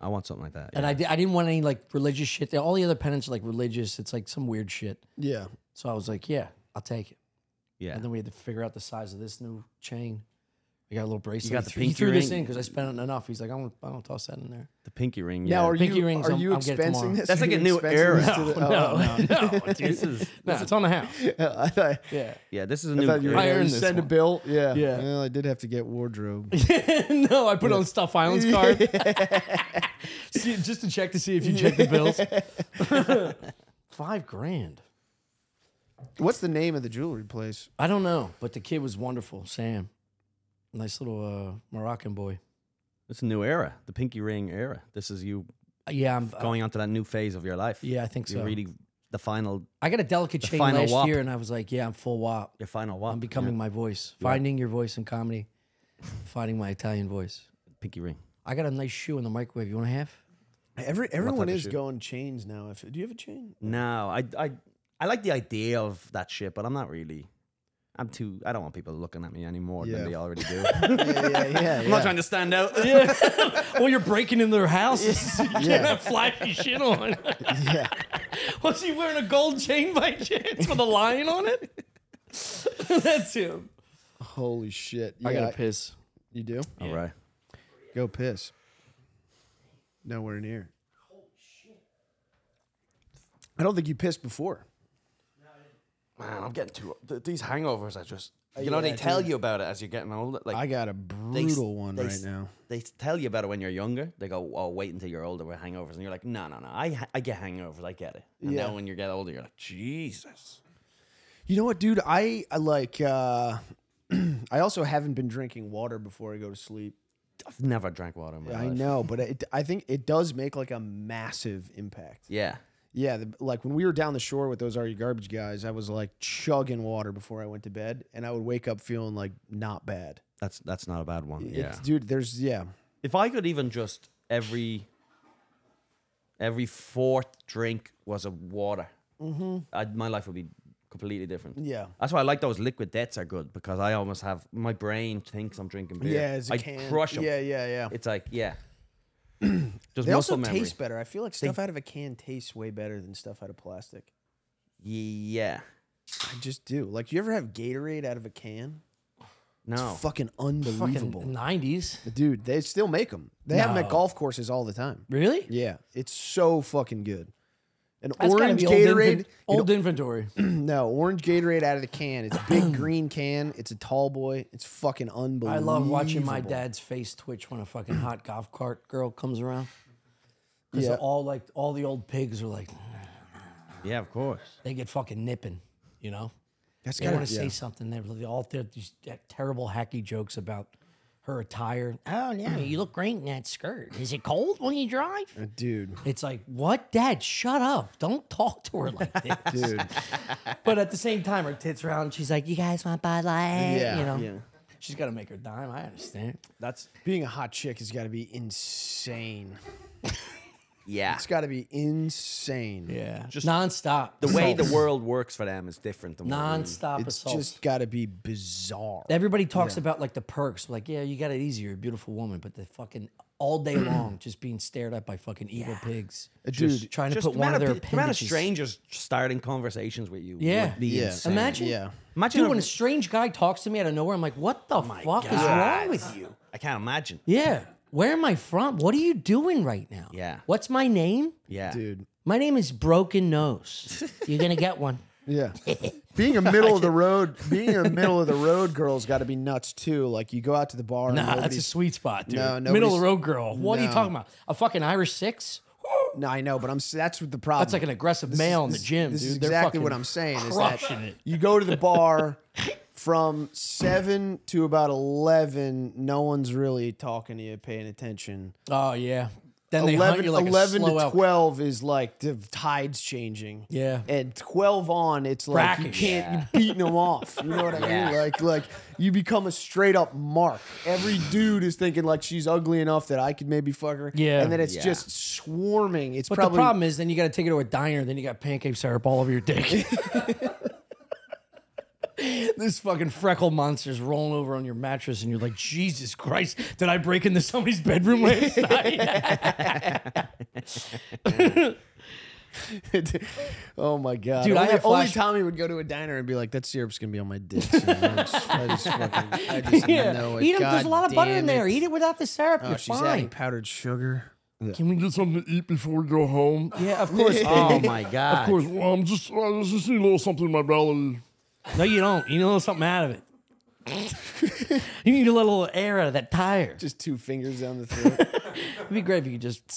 C: I want something like that.
B: And I, di- I didn't want any like religious shit. All the other pendants are like religious. It's like some weird shit.
A: Yeah.
B: So I was like, yeah, I'll take it.
C: yeah.
B: And then we had to figure out the size of this new chain. We got a little bracelet.
C: got
B: he
C: the
B: threw, he
C: pinky
B: threw this
C: ring.
B: in because I spent it enough. He's like, I don't, I don't toss that in
C: *laughs*
B: there.
C: the pinky ring. Yeah.
A: Now are
B: Pinky
A: you
B: rings,
A: are
B: I'm-
A: you
B: I'm getting tomorrow.
A: expensing this?
C: That's
A: Are
C: like
A: you
C: a new
A: expensing
C: era.
A: this to the- oh, *laughs* oh.
B: *laughs* no, no,
C: *laughs*
B: *laughs*
C: this is
B: no, it's on the house.
A: I thought,
B: Yeah.
C: yeah. This is a
A: I
C: new.
A: thought you were
B: I
A: gonna
B: earned this
A: send a
B: one.
A: bill. Yeah.
B: Yeah.
A: Well, I did have to get
B: *laughs*
A: wardrobe.
B: no, I put it on Stuff Island's card.
C: *laughs*
B: *laughs* See, just to check to see if you check the bills. *laughs* Five grand.
A: What's the name of the jewelry place?
B: I don't know, but the kid was wonderful, Sam. Nice little uh, Moroccan boy.
C: It's a new era. The pinky ring era. This is you
B: Uh, Yeah, I'm. uh,
C: going on to that new phase of your life.
B: yeah, I think
C: You're
B: so.
C: really the final.
B: I got a delicate chain
C: final
B: last
C: wop.
B: year, and I was like, "Yeah, I'm full wop.
C: Your final one.
B: I'm becoming my voice, finding your voice in comedy, finding my Italian voice."
C: pinky ring.
B: I got a nice shoe in the microwave. You want to have?
A: Every everyone
C: type of
A: is
C: shoe?
A: going chains now. If do you have a chain?
C: No, I I I like the idea of that shit, but I'm not really. I'm too. I don't want people looking at me anymore
A: Yeah.
C: than they already
A: *laughs*
C: do.
A: Yeah, yeah, yeah.
C: I'm not trying to stand
B: *laughs*
C: out.
B: Well, you're breaking into their house. *laughs* you can't
A: Yeah.
B: have flashy shit *laughs* on.
A: yeah.
B: Was he wearing a gold chain by chance with a lion on it? *laughs* That's him.
A: Holy shit! Yeah,
B: piss.
A: You do?
C: All right.
A: Go piss. Nowhere near. I don't think you pissed before.
C: Man, I'm getting too. th- these hangovers are just. You
A: Uh, yeah,
C: know, they
A: I
C: tell you about it as you're getting older. Like
A: I got a
C: they s-
A: brutal one
C: they
A: right
C: s-
A: now.
C: They s- tell you about it when you're younger. They go, "Oh, wait until you're older with hangovers," and you're like, "No, no, no. I ha- I get hangovers. I get it." And
A: Yeah.
C: now when you get older, you're like, "Jesus."
A: You know what, dude? I, I like. Uh, *clears throat* I also haven't been drinking water before I go to sleep.
C: I've never drank water in my
A: I
C: life.
A: know, but it, I think it does make like a massive impact.
C: Yeah.
A: Yeah, the, like when we were down the shore with those Are You Garbage guys, I was like chugging water before I went to bed, and I would wake up feeling like not bad.
C: That's that's not a bad one.
A: It's- dude, there's yeah,
C: if I could even just every every fourth drink was a water, I'd, my life would be completely different.
A: Mm-hmm. Yeah.
C: that's why I like those liquid debts are good because I almost have my brain thinks I'm drinking beer.
A: yeah, it's a
C: I
A: can.
C: crush them.
A: Yeah, yeah, yeah.
C: It's like
A: *clears throat*
C: yeah, just
A: they also
C: muscle memory.
A: taste better. I feel like stuff out of a can tastes way better than stuff out of plastic.
C: yeah,
A: I just do. Like, you ever have Gatorade out of a can?
C: no,
A: Fucking unbelievable,
B: Nineties.
A: dude. They still make them. They have 'em have them
B: No.
A: at golf courses all the time.
B: Really?
A: Yeah, it's so fucking good. An
B: That's gotta
A: orange
B: be old
A: Gatorade,
B: inven- Old inventory.
A: *clears throat* No, orange Gatorade out of the can. It's a
B: *clears throat*
A: big green can. It's a tall boy. It's fucking unbelievable.
B: I love watching my dad's face twitch when a fucking *clears throat* hot golf cart girl comes around. Because
A: Yeah.
B: all like all the old pigs are like
C: yeah, of course.
B: they get fucking nipping, you know.
A: That's
B: I
A: gotta-
B: want to
A: yeah.
B: say something. They're they're all they're these uh, terrible hacky jokes about her attire. Oh yeah, you look great in that skirt. Is it cold when you drive? *laughs*
A: dude.
B: It's like, what, Dad? Shut up! Don't talk to her like *laughs* this.
A: Dude,
B: but at the same time, her tits are out, and she's like, "You guys want Bud Light?"
A: Yeah,
B: you know.
A: yeah.
B: She's got to make her dime. I understand.
C: That's
A: being a hot chick has got to be insane.
C: yeah.
A: It's got to be insane.
B: Yeah,
C: Just-
B: just nonstop.
C: the way the
B: assaults.
C: world works for them is different than what we-
B: nonstop
A: It's
B: assault.
A: just got to be bizarre.
B: Everybody talks about like the perks, like yeah, you got it easy. You're a beautiful woman, but the fucking all day long just being stared at by fucking evil pigs.
A: Dude,
B: trying to
C: Just
B: put
C: the
B: one of
C: amount
B: their
C: pe- the amount of
B: appendages.
C: strangers starting conversations with you.
B: Yeah.
C: would be
A: Yeah.
C: insane.
B: Imagine,
A: Yeah.
C: Imagine
B: Dude,
C: a-
B: when a strange guy talks to me out of nowhere, I'm like, what the fuck is wrong with you?
C: I can't imagine.
B: Yeah. Where am I from? What are you doing right now?
C: Yeah.
B: What's my name?
C: Yeah,
A: dude.
B: My name is Broken Nose. You're gonna get one. *laughs*
A: Yeah. being a middle of the road, being a middle of the road girl's got to be nuts too. Like you go out to the bar. and
B: Nah, that's a
A: nobody's-
B: sweet spot, dude.
A: No,
B: Middle of the
A: nobody's-
B: road girl. What are you
A: No.
B: talking about? A fucking Irish six?
A: no, I know, but I'm. s- That's what the problem.
B: That's like an aggressive male in the
A: This-
B: gym,
A: this
B: dude.
A: is
B: They're
A: exactly
B: fucking
A: what I'm saying. Is
B: crushing
A: that
B: it.
A: you go to the
B: *laughs*
A: bar from seven to about eleven, no one's really talking to you, paying attention.
B: Oh yeah. Then they
A: 11,
B: hunt you like a
A: 11
B: slow
A: to
B: elk.
A: 12 is like the tide's changing.
B: Yeah.
A: And 12 on, it's like
B: Brackish.
A: you can't, you're beating them off. You know what *laughs* I mean?
C: Yeah.
A: Like, like you become a straight up mark. Every dude is thinking like she's ugly enough that I could maybe fuck her.
B: Yeah.
A: And then it's
C: Yeah.
A: just swarming. It's
B: But
A: probably.
B: the problem is, then you got to take it to a diner. Then you got pancake syrup all over
A: *laughs*
B: your dick. *laughs* this fucking freckle monster's rolling over on your mattress, and you're like, Jesus Christ, did I break into somebody's bedroom
A: *laughs*
B: last night?
A: *laughs* oh my god,
B: Dude, I
A: Only,
B: have
A: only
B: flash-
A: Tommy would go to a diner and be like, "That syrup's gonna be on my dick." soon." I just, I
B: *laughs*
A: just fucking, I just know it.
B: Eat it.
A: God
B: There's a lot of butter in
A: damn
B: there.
A: it.
B: Eat it without the syrup.
A: Oh,
B: you're
A: she's
B: fine.
A: adding powdered sugar.
B: Can we get something to eat before we go home?
A: *laughs*
B: Yeah, of course.
C: Oh *laughs* my god.
E: Of course, well, I'm just, I just need a little something in my belly.
B: no, you don't. You need a little something out of it. *laughs* you need a little air out of that tire.
A: Just two fingers *laughs* down the throat.
B: It'd be great if you could just, *laughs*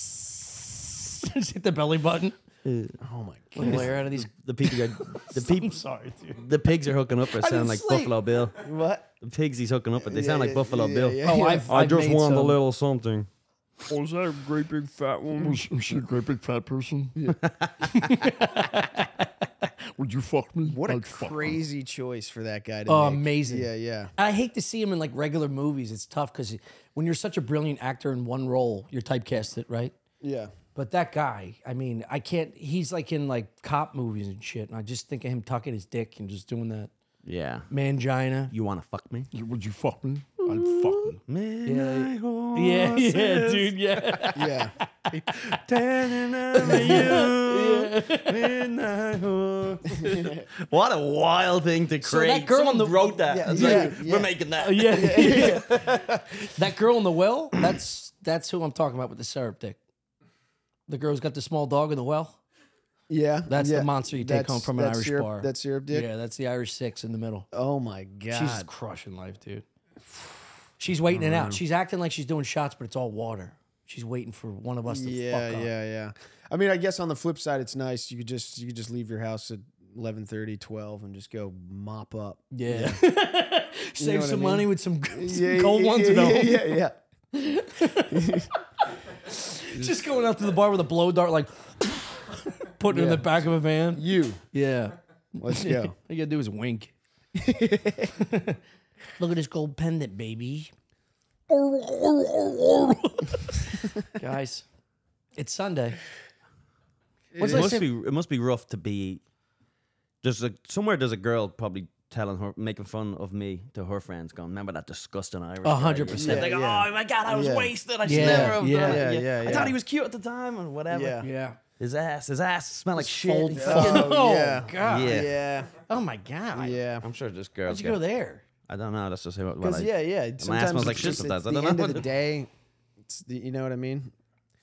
B: just hit the belly button.
A: oh my god.
B: Little air out of these.
C: The people got *laughs* the people.
B: I'm sorry, dude.
C: The pigs are hooking up. It sound
B: didn't
C: like
B: sleep.
C: Buffalo Bill.
A: What?
C: The pigs he's hooking up with. They sound like Buffalo Bill.
B: *laughs* Oh, I've,
E: I
B: I've
E: just
B: made
E: wanted a
B: some.
E: little something.
A: Oh, is that a great big fat one?
E: Was she, was she a great big fat person? Would you fuck me?
A: What a
E: I'd fuck her.
A: crazy choice for that guy to
B: Oh,
A: make.
B: amazing.
A: Yeah, yeah.
B: I hate to see him in like regular movies. It's tough because when you're such a brilliant actor in one role, you're typecasted, right?
A: Yeah.
B: But that guy, I mean, I can't. He's like in like cop movies and shit, and I just think of him tucking his dick and just doing that
C: Yeah.
B: mangina.
C: You want to fuck me?
E: You- Would you fuck me? I'd fuck me.
C: Midnight
B: *laughs* Yeah, yeah, dude, yeah.
A: *laughs* Yeah.
C: *laughs* What a wild thing to create.
B: that girl
C: Someone
B: on the-
C: wrote that.
A: Yeah,
C: It's
A: yeah,
C: like,
A: yeah.
C: We're making that.
B: Yeah, that girl in the well, that's that's who I'm talking about with the syrup dick. The girl's got the small dog in the well.
A: yeah.
B: That's the
A: yeah.
B: monster you take
A: That's-
B: home from an
A: that's
B: Irish
A: syrup,
B: bar.
A: That's syrup dick?
B: Yeah, that's the Irish six in the middle.
A: Oh my god.
B: She's just crushing
A: *sighs*
B: life, dude. She's waiting it out. She's acting like she's doing shots, but it's all water. She's waiting for one of us to
A: yeah,
B: fuck up.
A: yeah, yeah. I mean, I guess on the flip side, it's nice. You could just you could just leave your house at 11:30, 12, and just go mop up.
B: Yeah. *laughs* Save
A: know what I mean?
B: some money with some, *laughs* some cold ones
A: yeah,
B: at home.
A: yeah, yeah, yeah.
B: Just going out to the bar with a blow dart, like putting it in
A: Yeah.
B: the back of a van.
A: You,
B: Yeah.
A: let's go.
B: All you gotta do is wink. *laughs* Look at this gold pendant, baby. *laughs* Guys, it's Sunday. What's
C: It
B: that
C: must
B: shit-
C: be. It must be rough to be. There's a somewhere. There's a girl probably telling her, making fun of me to her friends, going, "Remember that disgusting Irish?" guy
B: hundred
C: you
B: percent.
C: said?" Like,
A: Yeah,
C: oh my god, I was
A: Yeah.
C: wasted. I
B: Yeah,
C: should never have
B: yeah,
C: done it.
A: yeah, yeah,
C: I
A: yeah.
C: thought he was cute at the time or whatever.
A: Yeah.
B: Yeah.
C: His ass, his ass smelled like
B: Fold *laughs*
C: shit.
B: fuck.
A: Oh, yeah.
B: God.
C: Yeah.
A: Yeah,
B: Oh my God.
A: yeah.
C: I'm sure this girl.
B: How'd you go there?
C: I don't know. That's just what what I.
A: Because yeah, yeah. Sometimes
C: smells
A: it's
C: like shit
A: just-
C: sometimes.
A: it's
C: I don't
A: the end
C: know
A: of
C: what
A: the
C: to-
A: day, it's the, you know what I mean.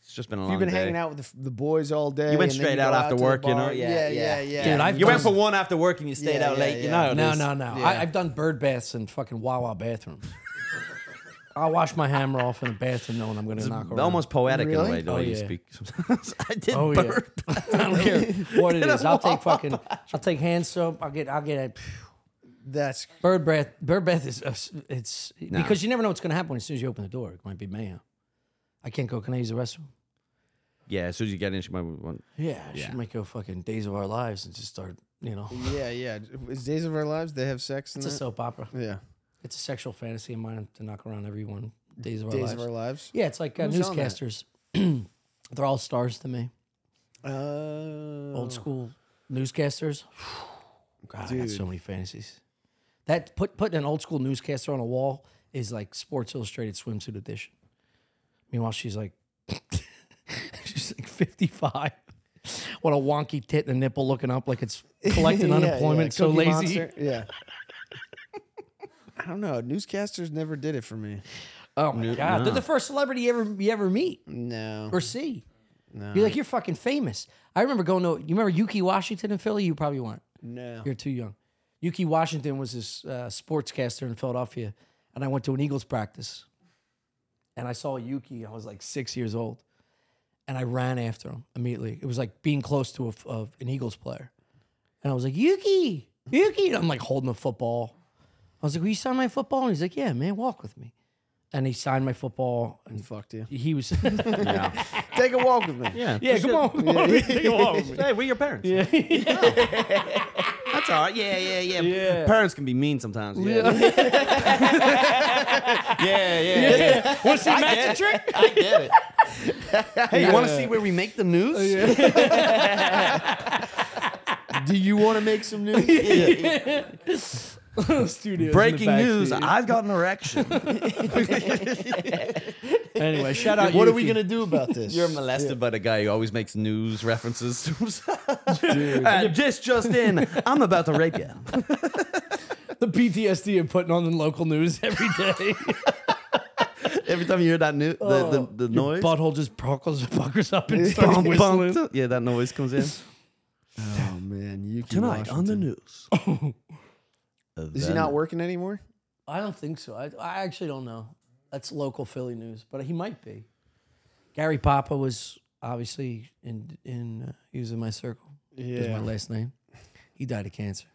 C: It's just been a long
A: You've been
C: day.
A: hanging out with the, f- the boys all day.
C: You went
A: and then
C: straight
A: go
C: out after
A: to the
C: work, you know?
A: bar.
C: Yeah,
A: yeah,
C: yeah.
A: yeah.
B: Dude, I've
C: You went for
B: done-
C: one after work and you stayed
A: Yeah,
C: out
A: yeah,
C: late. You
A: yeah.
C: know how it
B: No,
C: is.
B: no, no. I,
A: Yeah.
B: I've done bird baths in fucking Wawa bathrooms. I wash my hammer off in the bathroom knowing I'm going to knock over.
C: Almost poetic in a
A: Really?
C: way, the
B: Oh,
C: way you
B: yeah.
C: speak. Sometimes *laughs* I did
B: Oh, yeah.
C: burp. *laughs*
B: *laughs* I don't care what it is. I'll take fucking. I'll take hand soap. I'll get. I'll get a
A: That's
B: bird bath. Bird bath is. uh, It's because you never know what's going to happen as soon as you open the door. It might be mayhem. I can't go. Can I use the restroom?
C: Yeah, as soon as you get in, she might want.
B: Yeah, I should make go fucking days of our lives and just start. You know,
A: yeah, yeah. Is Days of Our Lives? They have sex in
B: it's a
A: that?
B: soap opera.
A: Yeah,
B: It's a sexual fantasy of mine to knock around everyone. Days of our
A: Days
B: lives.
A: of Our Lives.
B: Yeah, it's like uh,
A: Who's on that?
B: newscasters. *clears throat* They're all stars to me.
A: Oh,
B: Old school newscasters. *sighs* God, I got so many fantasies. That put putting an old school newscaster on a wall is like Sports Illustrated swimsuit edition. Meanwhile, she's like, *laughs* she's like fifty five. What a wonky tit and a nipple looking up
A: *laughs*
B: like it's collecting
A: Yeah,
B: unemployment.
A: yeah,
B: It's so
A: Cookie
B: lazy.
A: Monster,
B: *laughs*
A: Yeah. I don't know. Newscasters never did it for me.
B: Oh my god! They're the first celebrity you ever you ever meet
A: No.
B: or see. You're like you're fucking famous. I remember going to you remember Yuki Washington in Philly. You probably weren't. *laughs*
A: No.
B: You're too young. Yuki Washington was this uh, sportscaster in Philadelphia, and I went to an Eagles practice, and I saw Yuki. I was like six years old, and I ran after him immediately. It was like being close to a f of an Eagles player, and I was like Yuki, Yuki. And I'm like holding a football. I was like, "Will you sign my football?" And he's like, "Yeah, man, walk with me." and he signed my football. And
A: Fucked you.
B: he was *laughs*
A: Take a walk with me. Yeah.
B: yeah. Come on, come
C: *laughs*
B: on. Take a walk with me.
C: Hey, we're your parents. Yeah. That's all right. Yeah, yeah, yeah,
B: Yeah.
C: Parents can be mean sometimes. Yeah. Yeah, yeah. *laughs* yeah,
B: What's the
C: I
B: magic
C: get
B: trick? *laughs*
C: it. I get it. Hey, you want to see where we make the news?
A: Do you want to make some
B: *laughs*
A: news?
B: Studios in the
C: Breaking
B: back
C: news.
B: seat.
C: I've got an *laughs* erection.
B: Anyway, shout out.
A: what are we
B: Yuki.
A: gonna do about this?
C: You're molested by the guy who always makes news references to himself. *laughs* Uh, this just in. I'm about to rape you.
B: the PTSD of putting on the local news *laughs* every
A: *laughs*
B: day?
C: Every time you hear that new, the, the, the noise.
B: Butthole just buckles, buckles up and
A: *laughs*
B: starts
C: *laughs* bum, bum,
B: whistling.
C: yeah, that noise comes in.
A: oh man, you
C: Tonight on the news.
A: Is he not working anymore?
B: I don't think so. I, I actually don't know. That's local Philly news, but he might be. Gary Papa was obviously in in uh, he was in my circle. Is my last name. He died of cancer.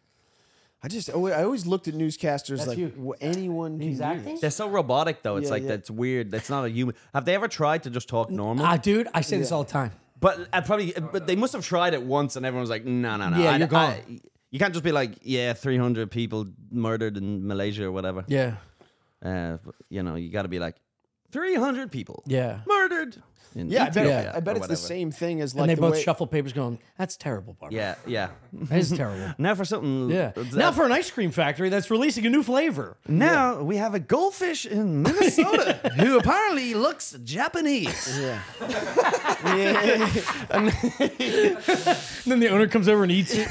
A: I just alwa- I always looked at newscasters like
B: you.
A: w anyone can do this.
C: They're so robotic, though. It's
A: Yeah,
C: like
A: yeah.
C: that's weird. That's not a human. Have they ever tried to just talk normal?
B: Ah, dude, I say this all the time.
C: but I probably. uh, But they must have tried it once, and everyone's like, "No, no, no."
B: Yeah,
C: I-
B: you're gone.
C: I- you can't just be like, "Yeah, three hundred people murdered in Malaysia or whatever."
B: Yeah,
C: Uh, you know, you got to be like, 300 people.
B: yeah.
C: Murdered. in
A: Yeah, I bet,
C: Ethiopia,"
A: I bet
C: or
A: it's the
C: whatever.
A: same thing as like
B: And they
A: the
B: both
A: way-
B: shuffle papers, going, "That's terrible, Barbara.
C: Yeah, yeah. *laughs*
B: That is terrible."
C: Now for something.
B: Yeah.
C: that-
B: Now for an ice cream factory that's releasing a new flavor.
C: Now we have a goldfish
B: *laughs*
C: in Minnesota who apparently looks Japanese.
A: Yeah. yeah.
B: And then the owner comes over and eats it.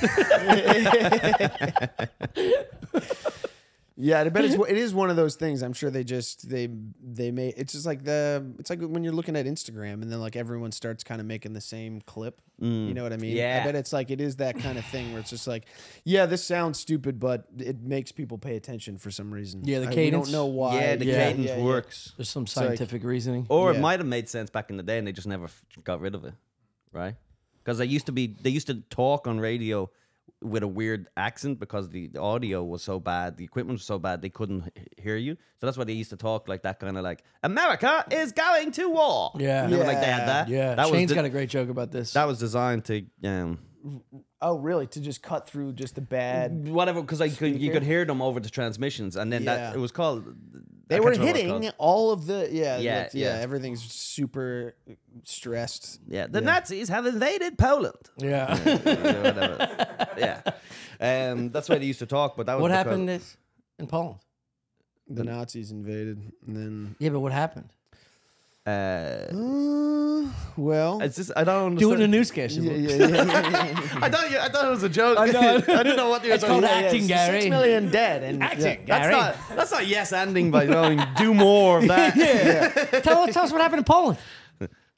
A: Yeah, I bet
B: *laughs*
A: it's it is one of those things. I'm sure they just they they may it's just like the it's like when you're looking at Instagram and then like everyone starts kind of making the same clip.
B: Mm.
A: You know what I mean?
C: Yeah.
A: I bet it's like it is that kind of thing where it's just like, yeah, this sounds stupid, but it makes people pay attention for some reason.
B: Yeah, the
A: I-
B: cadence.
A: we don't know why.
C: yeah, the
B: Yeah,
C: cadence
A: yeah, yeah.
C: works.
B: There's some
A: like-
B: scientific reasoning.
C: Or it
A: Yeah.
C: might have made sense back in the day, and they just never f- got rid of it, right? Because they used to be they used to talk on radio with a weird accent because the, the audio was so bad, the equipment was so bad, they couldn't h- hear you. So that's why they used to talk like that, kind of like America is going to war.
B: Yeah.
C: you know, like they had that.
B: Yeah,
C: that
B: Shane's
C: was de-
B: got a great joke about this.
C: that was designed to um,
A: Oh, really? To just cut through just the
B: Mm.
A: bad.
C: whatever because I could, you could hear them over the transmissions, and then
A: Yeah.
C: that it was called.
A: They were hitting all of the yeah
C: Yeah,
A: that's- yeah,
C: yeah.
A: Everything's super stressed.
C: Yeah, the Nazis have invaded Poland.
B: *laughs* yeah. *laughs*
C: Whatever. yeah, um, that's why they used to talk. But that was
B: what
C: because- uh,
B: happened is in Poland?
A: The Nazis invaded, and then
B: Yeah, but what happened?
C: Uh,
A: Uh, well,
C: it's just I don't
B: Doing a
C: understand.
B: newscast.
C: *laughs*
A: yeah, yeah, yeah.
C: I thought you, I thought it was a joke. *laughs* I,
B: know.
C: didn't know what you were
B: It's called
C: talking. about.
B: acting,
A: yeah,
B: Gary.
A: Six million dead and yeah,
B: Acting,
C: That's
B: Gary.
C: not that's not yes ending by going do
B: *laughs*
C: more of that.
B: tell, us- tell us what happened in Poland.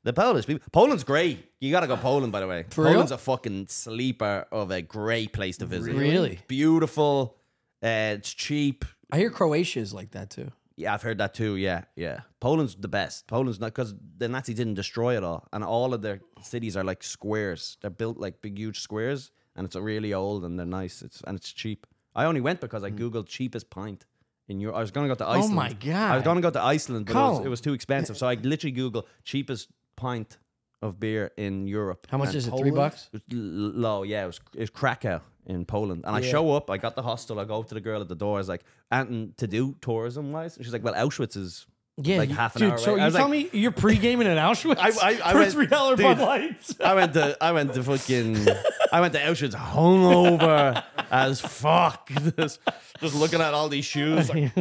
C: The Polish people. Poland's great. You gotta go Poland, by the way.
B: real?
C: Poland's a fucking sleeper of a great place to visit.
B: Really?
C: Beautiful. Uh, it's cheap.
B: I hear Croatia is like that too.
C: Yeah, I've heard that too. Yeah, yeah. Poland's the best. Poland's not because the Nazis didn't destroy it all, and all of their cities are like squares. They're built like big, huge squares, and it's really old and they're nice. It's and it's cheap. I only went because I googled cheapest pint in Europe. I was gonna go to
B: Hmm.
C: Iceland.
B: Oh my
C: I
B: God.
C: was gonna go to Iceland, but it was,
B: Colin.
C: it was too expensive. So I literally Google cheapest pint of beer in Europe.
B: How much
C: and
B: is it? Three
A: Poland?
B: bucks?
C: it was l- low. Yeah, it was, it was Krakow in Poland. And I show up, I got the hostel, I go up to the girl at the door. I was like, Anton, to do tourism wise? And she's like, well, Auschwitz is
B: Yeah,
C: like
B: you-
C: half an
B: dude,
C: hour
B: So
C: away.
B: you
C: I was
B: tell
C: like,
B: me you're pre-gaming in Auschwitz
C: I- I- I
B: for
C: went-
B: three dollar
C: dude.
B: Bud Lights. *laughs*
C: I went to I went to fucking I went to Auschwitz hungover as fuck. *laughs* Just, just looking at all these shoes. Like,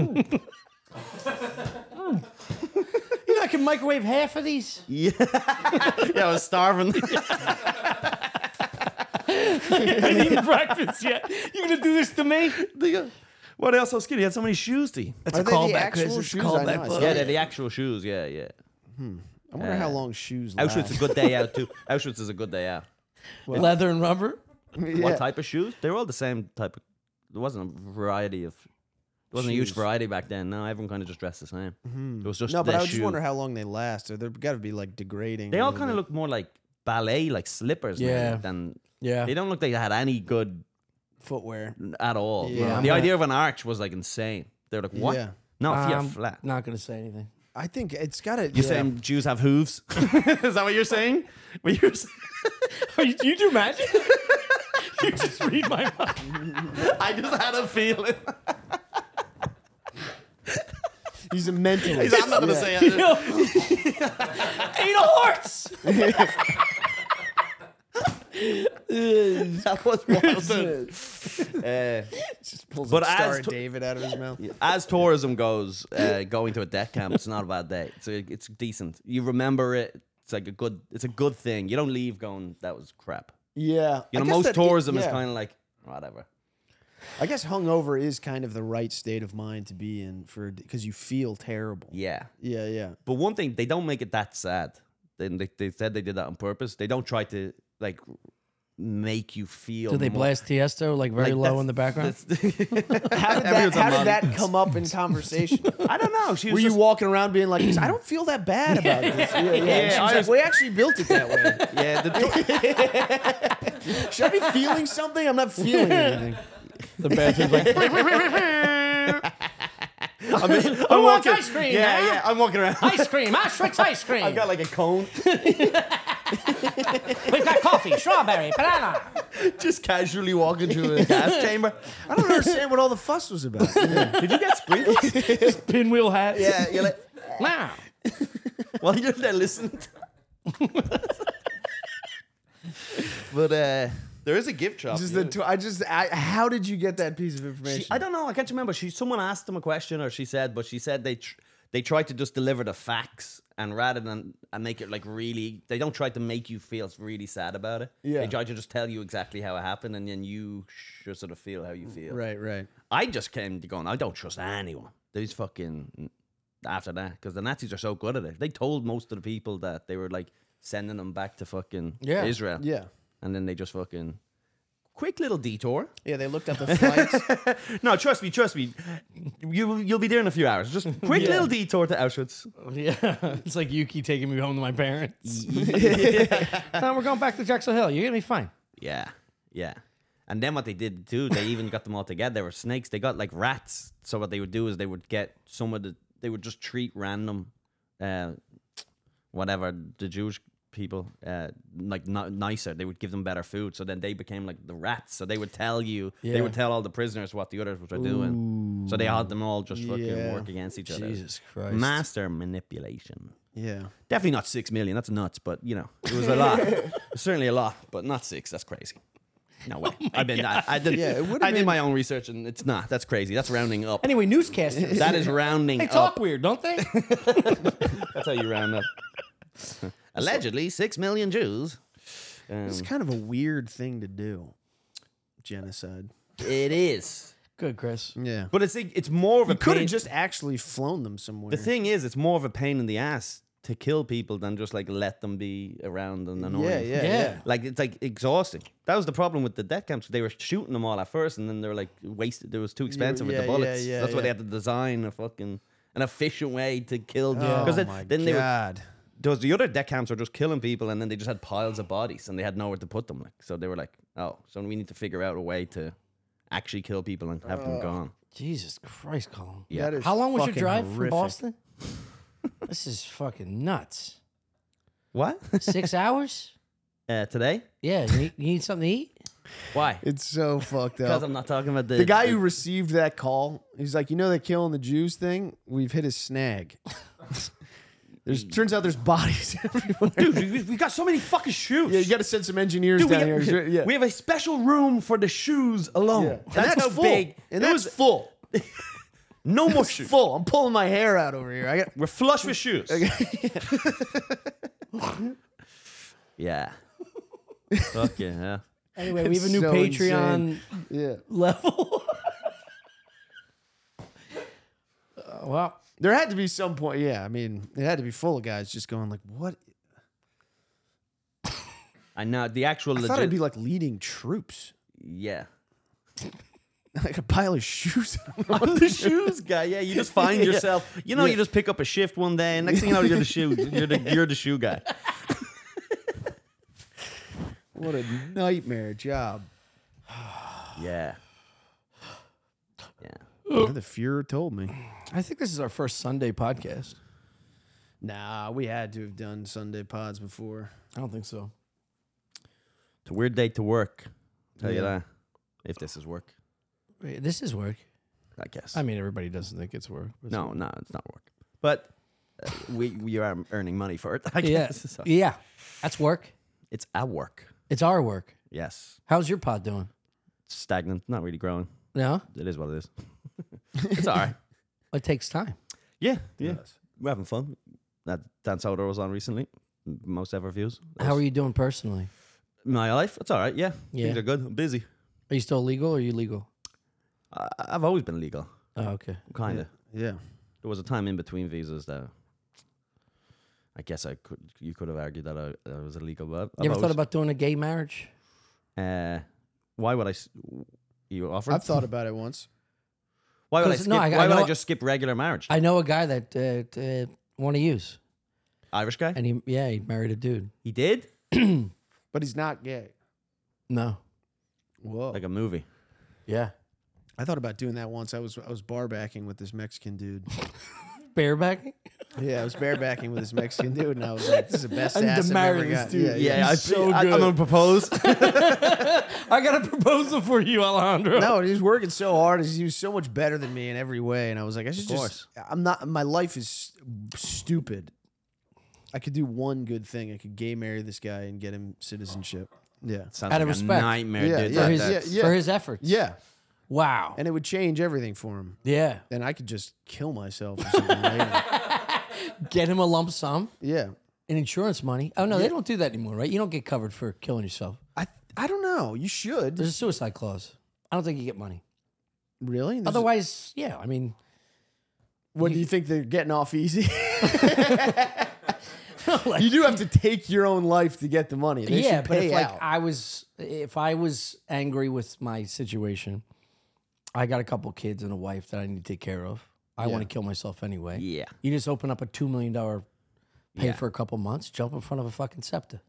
B: You know, I can microwave half of these.
C: yeah, I was starving. *laughs*
B: *laughs* I haven't eaten breakfast yet. You're gonna do this to me?
C: uh, Why are they all so skinny? He had so many shoes to eat.
A: Are they the actual shoes? I, know, I saw
C: Yeah,
A: that.
C: they're the actual shoes. Yeah, yeah.
A: I wonder how long shoes last.
C: Auschwitz is a good day out too. Auschwitz is a good day out.
B: Leather and rubber.
C: What
A: *laughs* Yeah.
C: type of shoes? They were all the same type of. There wasn't a variety of. There wasn't a huge
A: Shoes. Mm-hmm.
C: variety back then. No, everyone kind of just dressed the same. It was just
A: No, but
C: the
A: I just
C: shoe.
A: wonder how Mm-hmm. long they last. Or they've got to be like degrading.
C: They
A: a
C: all
A: little
C: kind of
A: bit.
C: look more like ballet, like slippers.
B: Yeah.
C: Yeah. Than
B: Yeah.
C: they don't look like they had any good
A: footwear.
C: at all.
A: Yeah,
C: the idea of an arch was like insane. They're like, what?
A: Yeah. Um,
C: No, if
B: I'm
C: you're flat.
B: Not gonna say *laughs* anything.
A: I think it's got to.
C: You're saying Jews have hooves? *laughs* Is that what you're saying? What you're *laughs* saying?
B: you, you do magic? *laughs* you just read my mind.
C: I just had a feeling. *laughs*
A: he's a mentalist.
C: I'm not gonna
A: Yeah.
C: say
B: *laughs* You
A: *laughs*
B: *laughs*
C: it.
B: know? Eight of hearts.
C: That was wild. Uh,
A: Just pulls
C: But
A: a Star
C: as to-
A: David out of his mouth.
C: as tourism goes, uh, going to a death camp, it's not a bad day. It's a, it's decent. You remember it. It's like a good. It's a good thing. You don't leave going. That was crap.
A: Yeah,
C: You know, most tourism is kind of like whatever.
A: I guess hungover is kind of the right state of mind to be in for because you feel terrible.
C: Yeah.
A: yeah, yeah.
C: But one thing they don't make it that sad. Then they, they said they did that on purpose. They don't try to like make you feel.
B: Do they
C: more-
B: blast Tiesto like very
C: like,
B: low
C: that's-
B: in the background?
C: that's-
A: How did that,
C: Everyone's
A: how
C: a
A: did
C: mug.
A: that come up in conversation?
C: *laughs* I don't know. She was
A: Were you
C: just-
A: walking around being like,
C: *clears throat*
A: I don't feel that bad about this? Yeah, yeah.
C: Yeah,
A: She's
C: I
A: like,
C: was-
A: we actually built it that way.
C: *laughs* yeah. *laughs* The tour-
A: Should I be feeling something? I'm not feeling anything.
B: The bathroom's like,
C: I'm, I'm
B: Who wants
C: walking.
B: ice cream,
C: yeah,
B: huh?
C: yeah. I'm walking around.
B: ice cream, Auschwitz ice
C: *laughs*
B: cream.
C: I've got like a cone.
B: We've got coffee, strawberry, banana.
C: just casually walking through the *laughs* gas chamber.
A: I don't understand what all the fuss was about.
C: Did you get sprinkled?
B: *laughs* Pinwheel hats.
C: yeah, you're like,
B: Now.
C: well, you're there listening. but uh, there is a gift shop.
A: Just the tw- I just, I, how did you get that piece of information?
C: She- I don't know. I can't remember. She someone asked them a question, or she said, but she said they tr- they tried to just deliver the facts, and rather than and make it like really, they don't try to make you feel really sad about it.
A: Yeah.
C: they try to just tell you exactly how it happened, and then you should sort of feel how you feel.
A: right, right.
C: I just came to going. I don't trust anyone. These fucking after that because the Nazis are so good at it. They told most of the people that they were like sending them back to fucking
B: Yeah.
C: Israel.
A: Yeah.
C: and then they just fucking quick little detour.
A: Yeah, they looked up
C: *laughs*
A: the flights.
C: No, trust me, trust me. You you'll be there in a few hours. Just
A: *laughs*
C: quick
B: Yeah.
C: little detour to Auschwitz.
B: Yeah. *laughs* It's like Yuki taking me home to my
C: *laughs*
B: parents. now we're going back to Jackson Hill. You're going to be fine.
C: Yeah, yeah. And then what they did too, they even got them all together. They were snakes. They got like rats. So what they would do is they would get some of the. They would just treat random, uh, whatever the Jewish people uh like not nicer they would give them better food so then they became like the rats so they would tell you
B: Yeah.
C: they would tell all the prisoners what the others were doing so they had them all just fucking
A: Yeah.
C: work against each other
B: Christ.
C: master manipulation
A: yeah.
C: Definitely not six million. That's nuts, but you know, it was a lot. Certainly a lot, but not six. That's crazy. No way. I've been. I, I did.
A: Yeah, it would've
C: I did
A: been-
C: my own research, and it's not. That's crazy. That's rounding up.
B: Anyway, newscasters.
C: That is
B: *laughs*
C: rounding
B: they talk
C: up.
B: weird, don't they?
C: That's how you round up. *laughs* Allegedly, six million Jews. Um,
A: It's kind of a weird thing to do. Genocide.
C: it is,
B: Good, Chris.
A: Yeah.
C: but it's it's more of a
A: Could
C: pain-
A: have just actually flown them somewhere.
C: The thing is, it's more of a pain in the ass to kill people than just like let them be around and annoying.
A: yeah, yeah, yeah,
B: Yeah.
C: Like it's like exhausting. That was the problem with the death camps. They were shooting them all at first, and then they were like wasted. It was too expensive
A: yeah,
C: with the
A: yeah,
C: bullets.
A: yeah,
C: That's why
A: yeah.
C: they had to design a fucking an efficient way to kill.
A: Oh
C: Because
A: my
C: then they were,
A: God.
C: those the other death camps were just killing people, and then they just had piles of bodies, and they had nowhere to put them. Like so, they were like, oh, so we need to figure out a way to actually kill people and have them gone.
B: Jesus Christ, Colin.
C: Yeah.
A: That is
B: How long was your
A: fucking
B: drive from
A: horrific.
B: Boston? *laughs* this is fucking nuts.
C: What?
B: Six *laughs* hours?
C: uh, today?
B: Yeah. You need, you need something to eat?
C: Why?
A: It's so fucked
C: *laughs* Because
A: up.
C: I'm not talking about the
A: The guy who *laughs* received that call, he's like, you know, that killing the Jews thing. We've hit a
C: *laughs*
A: snag. there's turns out there's bodies *laughs* everywhere.
C: Dude, we- we got so many fucking shoes.
A: Yeah, you got to send some engineers
C: Dude, we,
A: down
C: got-
A: here. Yeah,
C: we have a special room for the shoes alone.
A: Yeah. And
C: That's, how
A: full.
C: big.
A: And
C: it
A: that's
C: was
A: full.
C: no more shoes.
A: Full. I'm pulling my hair out over here. I got.
C: We're flush with shoes.
A: *laughs*
C: yeah. Fuck yeah.
B: Anyway, we have a new
A: so
B: Patreon
A: insane. Yeah.
B: *laughs* level. Uh, *laughs* well,
A: There had to be some point. Yeah, I mean, it had to be full of guys just going like, what?
C: And now the actual
A: I
C: legit.
A: thought I'd be like leading troops, *laughs*
C: yeah.
A: like a pile of shoes. *laughs*
C: I'm the shoes guy. Yeah, you just find yourself. You know, you just pick up a shift one day, and next thing you know, you're the shoe. You're the you're the shoe guy.
A: what a nightmare job.
C: Yeah. Yeah.
A: the Fuhrer told me.
B: I think this is our first Sunday podcast.
A: Nah, we had to have done Sunday pods before.
B: I don't think so.
C: It's a weird day to work. Tell you that. If this is work,
B: Wait, This is work.
C: I guess.
B: I mean, everybody doesn't think it's work. but-
C: no, no, it's not work. But uh, we we are earning money for it. *laughs* I
B: *laughs* *laughs* Yeah.
C: guess. So
B: Yeah. That's work.
C: It's at work.
B: It's our work.
C: Yes.
B: How's your pod doing?
C: Stagnant. Not really growing.
B: No,
C: It is what it is. it's all right.
B: it takes time.
C: *laughs* Yeah. Yeah. We're having fun. That Dan Soder was on recently. Most ever views.
B: How are you doing personally?
C: My life. It's all right. Yeah.
B: Yeah.
C: Things are good. I'm busy.
B: Are you still legal or are you legal?
C: I, I've always been legal.
B: Oh, okay.
C: Kind of.
A: Yeah.
C: There was a time in between visas that I guess I could. You could have argued that I, that I was illegal, but
B: You ever
C: I've
B: thought
C: always-
B: about doing a gay marriage?
C: Uh, why would I? s- You offer?
A: I've thought about it once.
C: Why would I?
B: 'Cause,
C: Skip,
B: no, I- I
C: why would I
B: know-
C: just skip regular marriage?
B: I know a guy that uh, uh, want to use,
C: Irish guy.
B: and he yeah he married a dude.
C: He did
A: But he's not gay.
B: No. Oh.
A: Whoa.
C: like a movie.
B: Yeah.
A: I thought about doing that once. I was I was barebacking with this Mexican dude.
B: Barebacking.
A: Yeah, I was barebacking with this Mexican dude, and I was like, "This is the best
B: I'm
A: ass
B: to
A: I've
B: marry
A: ever
B: this
A: got."
B: dude.
A: Yeah, yeah.
B: He's so good.
C: am gonna
B: *laughs*
C: propose.
B: *laughs* I got a proposal for you, Alejandro.
A: No, he was working so hard. He was so much better than me in every way, and I was like, I should
C: course.
A: just. I'm not. My life is stupid. I could do one good thing. I could gay marry this guy and get him citizenship. Yeah.
C: Sounds
B: Out of
C: like
B: respect.
C: a nightmare,
A: Yeah,
C: dude.
A: yeah,
B: For
C: That-
B: his,
C: that's-
A: yeah.
B: for his efforts.
A: Yeah,
B: Wow.
A: and it would change everything for him.
B: yeah.
A: And I could just kill myself or something *laughs* later.
B: Get him a lump sum
A: Yeah.
B: in insurance money. Oh no, they don't do that anymore, right? You don't get covered for killing yourself.
A: I I don't know. You should.
B: There's a suicide clause. I don't think you get money.
A: Really? There's-
B: Otherwise, yeah. I mean, *laughs*
A: what do you think they're getting off easy? *laughs*
B: like,
A: you do have to take your own life to get the money. They
B: yeah,
A: should
B: but
A: pay
B: if like
A: out.
B: I was, if I was angry with my situation, I got a couple kids and a wife that I need to take care of. I want to kill myself anyway.
C: Yeah.
B: You just open up a two million dollar pay for a couple months, jump in front of a fucking septa.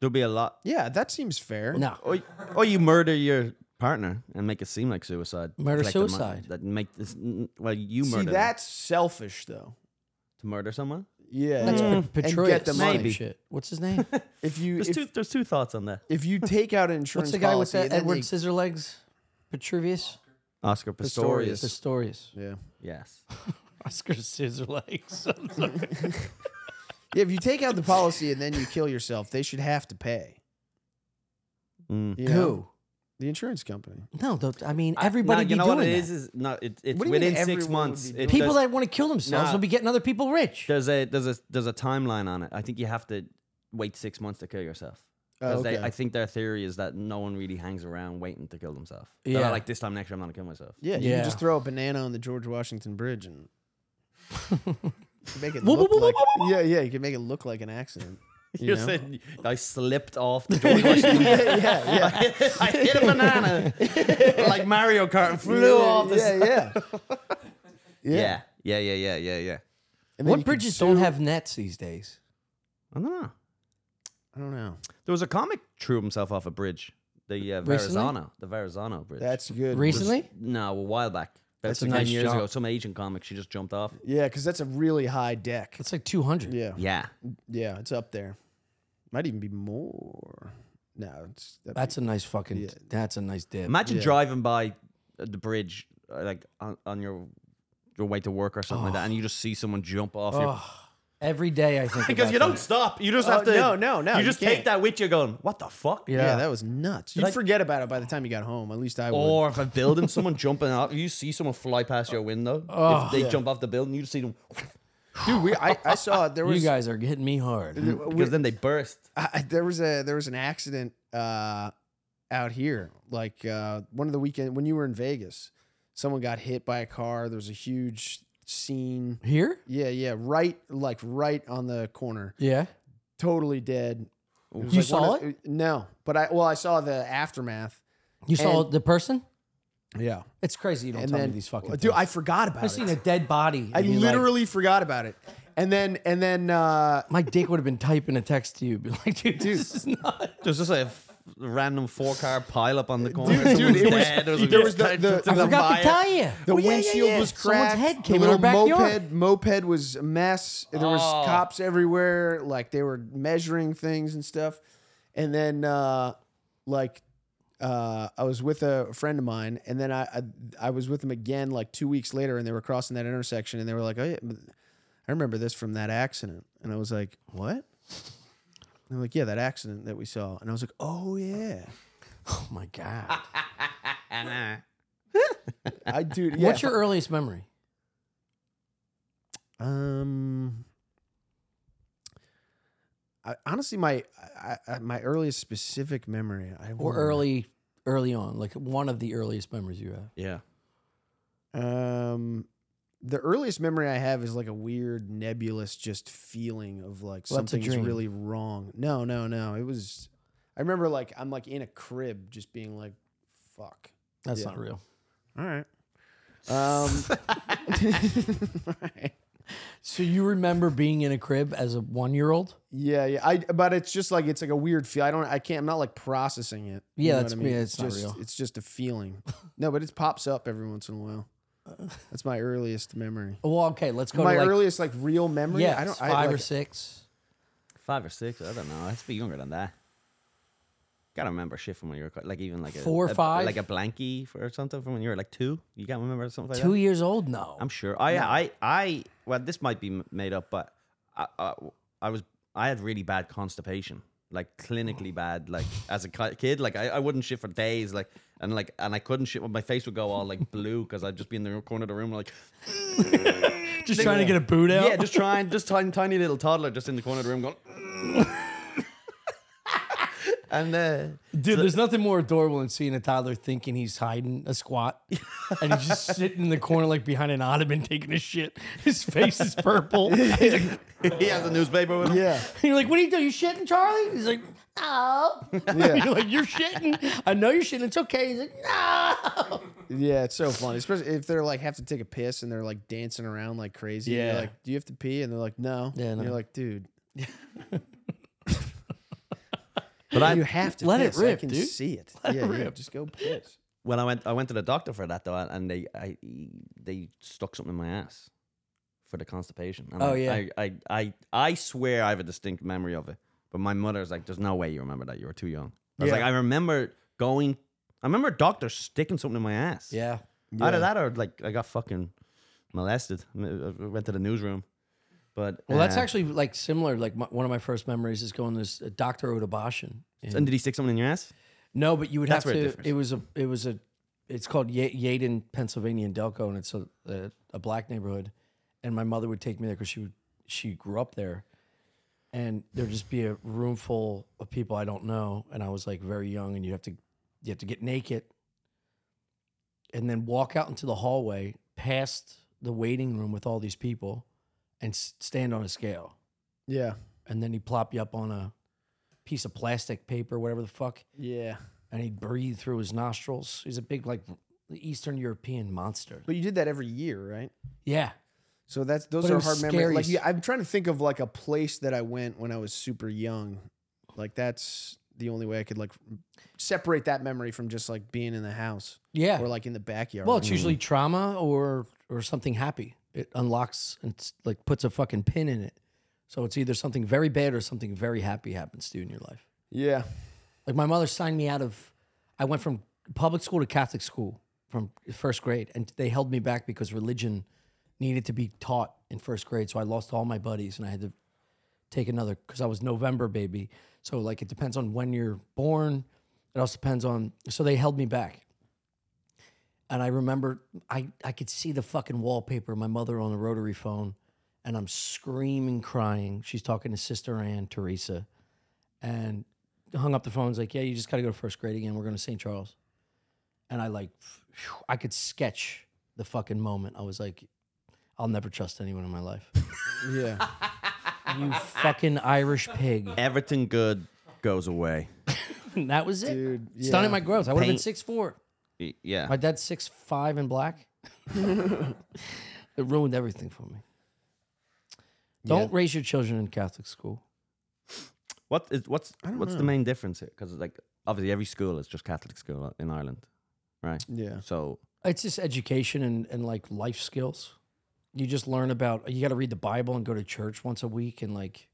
C: There'll be a lot.
A: yeah, that seems fair.
B: No,
C: Or, or you murder your partner and make it seem like suicide.
B: Murder
C: Collect the mon-
B: suicide.
C: That make this. Well, you
A: See,
C: murder them.
A: that's selfish though.
C: to murder someone.
A: Yeah,
B: that's
A: yeah.
B: Pe-
A: and
B: Petraeus.
A: get the money.
B: and Shit. What's his
A: *laughs*
B: name?
A: If you
C: There's
A: if,
C: two. There's two thoughts on that.
A: if you take out an
B: Hmm. What's
A: insurance
B: the guy with
A: policy,
B: that
A: and then
B: Edward
A: they-
B: Scissorlegs? Petruvius?
C: Oscar Pistorius.
B: Pistorius.
A: yeah,
C: Yes.
B: Oscar Scissorlegs.
A: yeah. If you take out the policy and then you kill yourself, they should have to pay.
C: Mm.
A: you know?
B: *laughs* Who?
A: The insurance company.
B: No, the, I mean
C: I-
B: everybody.
C: nah,
B: be
C: you know
B: doing
C: what it
B: that.
C: is? Is no, it, it's
A: What do you mean
C: within
A: everyone
C: six
A: would
C: months.
A: be
C: It
A: doing
B: People
C: does-
B: that want to kill themselves
C: Nah.
B: will be getting other people rich.
C: there's a there's a there's a timeline on it. I think you have to wait six months to kill yourself.
A: Oh,
C: 'Cause they-
A: okay.
C: I think their theory is that no one really hangs around waiting to kill themselves.
B: Yeah.
C: Yeah. Like this time next year, I'm not gonna kill myself.
A: Yeah, you
B: Yeah.
A: can just throw a banana on the George Washington Bridge
B: *laughs*
A: and make it
B: Whoa, whoa,
A: look
B: whoa, whoa,
A: like
B: whoa,
A: yeah, yeah. You can make it look like an
B: *laughs*
A: accident. You
C: You're
A: know?
C: saying I slipped off
A: *laughs*
C: the George Washington.
A: yeah, yeah, yeah.
C: *laughs* I hit
A: *laughs*
C: a banana like Mario Kart and flew
A: yeah,
C: off. The
A: yeah,
C: s-
A: yeah.
C: yeah, yeah, yeah, yeah, yeah, yeah.
A: *laughs* And then you
B: What
A: could
B: bridges
A: sue-
B: don't have nets these days?
C: I don't know.
A: I don't know.
C: There was a comic threw himself off a bridge. The uh,
B: Recently?
C: Verrazano, the Verrazano bridge.
A: That's good.
B: Recently,
C: no, a while back. That's
B: a
C: ten
B: nice
C: years
B: jump.
C: ago. Some Asian comic, she just jumped off.
A: Yeah, because that's a really high deck.
B: it's like two hundred.
A: Yeah,
C: Yeah,
A: yeah, it's up there. Might even be more. No, it's that'd
B: That's a nice fucking. That's a nice dip.
C: Imagine
A: Yeah.
C: driving by the bridge, uh, like on, on your your way to work or something like that, and you just see someone jump off. Your,
B: Every day I
A: *laughs*
B: think
C: because
B: about
C: you don't
B: that.
C: stop. You just
A: Oh,
C: have to.
A: no, no, no,
C: You
A: you
C: just
A: can't.
C: take that with you, going, "What the fuck?"
A: be, yeah. that was nuts. You'd
C: I-
A: forget about it by the time you got home. At least I would.
B: Oh.
C: Or if a building, someone jumping out, you see someone fly past your window.
A: Oh,
C: if they jump off the building, you just see them
A: Dude, we, I, I saw
B: *laughs*
A: there
B: You
A: was
B: guys are hitting me hard.
C: because then they burst.
A: I, I- there was a there was an accident uh, out here. Like uh, one of the weekend when you were in Vegas, someone got hit by a car. There was a huge scene.
B: Here?
A: Yeah, yeah, right, like right on the corner,
B: Yeah.
A: totally dead. It was
B: You
A: one
B: saw
A: of- uh, No, but I well, I saw the aftermath.
B: You saw
A: And-
B: the person?
A: Yeah,
B: It's crazy. You don't
A: and
B: tell
A: then
B: me these fucking.
A: dude,
B: things.
A: I forgot about
B: I've
A: it.
B: seen a dead body.
A: I
B: and you're like,
A: literally forgot about it, and then and then uh, *laughs*
B: my dick would have been typing a text to you, be like, dude, this is not.
C: There's just a random four car pile up on the corner.
A: Dude,
C: Someone's
A: it was-
C: dead. There was,
A: there
C: a
A: was the-
C: guy
A: the-
C: jumped
A: I
C: in
A: the
B: forgot
C: fire.
B: to tell you.
A: The
B: Oh, yeah, yeah,
A: windshield
B: yeah.
A: was cracked.
B: Someone's head
A: the
B: came in our
A: little moped
B: backyard.
A: moped was a mess. There was
C: Oh.
A: cops everywhere. Like they were measuring things and stuff. And then uh, like uh, I was with a friend of mine, and then I, I I was with them again like two weeks later, and they were crossing that intersection, and they were like, "Oh yeah, I remember this from that accident," and I was like, "What?" And they're like, "Yeah, that accident that we saw," and I was like, "Oh yeah."
B: Oh
A: *laughs*
B: my god.
A: I dude, yeah.
B: What's your earliest memory?
A: Um, I, honestly, my I, I, my earliest specific memory, I
B: Or
A: wouldn't-
B: early, early on, like one of the earliest memories you have.
C: Yeah.
A: Um, the earliest memory I have is like a weird nebulous just feeling of like
B: Well, that's a
A: something's
B: dream.
A: really wrong. No, no, no. It was. I remember like I'm like in a crib, just being like, "Fuck."
B: That's
A: Yeah.
B: not real.
A: All right. Um.
B: So you remember being in a crib as a one-year-old?
A: Yeah, yeah. I but it's just like it's like a weird feel. I don't. I can't. I'm not like processing it.
B: Yeah,
A: know what
B: that's- yeah, it's not
A: just
B: real.
A: it's just a feeling.
B: *laughs*
A: no, but it pops up every once in a while. That's my earliest memory.
B: Oh, Well, okay, let's go
A: my
B: to like
A: earliest like real memory.
B: yeah,
A: I don't.
B: five
A: I,
B: or
A: like,
B: six.
C: Five or six. I don't know. I have to be younger than that. Gotta remember shit from when you were like even like a
B: Four or
C: a-
B: five?
C: like a blankie or something from when you were like two. You can't remember something like that.
B: Two years old? No.
C: I'm sure. I, I, I, well, this might be m- made up, but I, I, I was, I had really bad constipation, like
B: Oh.
C: clinically bad, like as a ki- kid, like I, I wouldn't shit for days, like, and like, and I couldn't shit, my face would go all like blue because I'd just be in the corner of the room, like,
B: just trying to get a boot out. *laughs*
C: yeah, just trying, just tiny, tiny little toddler just in the corner of the room going, *laughs* and, uh,
B: Dude, there's nothing more adorable than seeing a toddler thinking he's hiding a squat and
A: *laughs*
B: he's just sitting in the corner like behind an ottoman taking a shit. His face is purple.
A: *laughs*
B: He's like,
C: he has a newspaper with him.
A: yeah,
B: you're like, what are you doing? You shitting, Charlie? He's like, no.
A: Yeah.
B: *laughs* you're like, you're shitting. I know you're shitting. It's okay. He's like, no.
A: yeah. It's so funny, especially if they're like have to take a piss and they're like dancing around like crazy. and you're
B: Yeah.
A: like, do you have to pee? And they're like, no.
B: Yeah,
A: And
B: no.
A: You're like, dude,
C: But I,
A: you have to
B: Let it
A: piss. I
B: rip,
A: can
B: dude.
A: see it. yeah, yeah.
B: rip.
A: Just go piss.
C: when I went, I went to the doctor for that though, and they, I, they stuck something in my ass for the constipation. And
B: Oh,
C: I,
B: yeah.
C: I, I, I, I swear I have a distinct memory of it, but my mother's like, "There's no way you remember that. You were too young." I was
A: Yeah.
C: like, I remember going. I remember a doctor sticking something in my ass.
B: Yeah.
C: Either that or like I got fucking molested. I went to the newsroom, but
B: Well, that's
C: uh,
B: actually like similar. Like my, one of my first memories is going to this uh, Dr. Odabashin. in-
C: And did he stick something in your ass?
B: No, but you would
C: That's
B: have
C: where it
B: to.
C: differs.
B: It was a. It was a. It's called Ye- Yaden, Pennsylvania, in Delco, and it's a, a a black neighborhood. And my mother would take me there because she would she grew up there, and there'd just be a room full of people I don't know, and I was like very young, and you have to you have to get naked, and then walk out into the hallway past the waiting room with all these people, and s- stand on a scale,
A: Yeah,
B: and then he'd plop you up on a piece of plastic paper, whatever the fuck
A: yeah.
B: and he'd breathe through his nostrils. He's a big like Eastern European monster.
A: But you did that every year, right?
B: Yeah,
A: So that's those
B: But it
A: are
B: was
A: hard
B: scary.
A: memories. Like yeah, I'm trying to think of like a place that I went when I was super young. Like that's the only way I could like separate that memory from just like being in the house
B: yeah. Mm.
A: or like in the backyard.
B: well, it's usually trauma or or something happy. It unlocks and s- like puts a fucking pin in it. So it's either something very bad or something very happy happens to you in your life.
A: yeah,
B: Like my mother signed me out of. I went from public school to Catholic school from first grade, and they held me back because religion needed to be taught in first grade. So I lost all my buddies, and I had to take another because I was November baby. So like it depends on when you're born. It also depends on. So they held me back. And I remember I, I could see the fucking wallpaper, my mother on the rotary phone, and I'm screaming, crying. She's talking to Sister Ann, Teresa, and hung up the phone. Was like, yeah, you just got to go to first grade again. We're going to St. Charles. And I like, phew, I could sketch the fucking moment. I was like, I'll never trust anyone in my life.
A: yeah.
B: you fucking Irish pig.
C: Everything good goes away.
B: And that was it.
A: Dude,
B: Stunning
A: yeah.
B: my growth. I would have been
C: Paint.
B: six four.
C: Y- Yeah.
B: My dad's six five and black. it ruined everything for me. Don't raise your children in Catholic school.
C: What is what's what's the main difference here? Because like obviously every school is just Catholic school in Ireland, right?
A: Yeah.
C: So
B: It's just education and, and like life skills. You just learn about you got to read the Bible and go to church once a week and like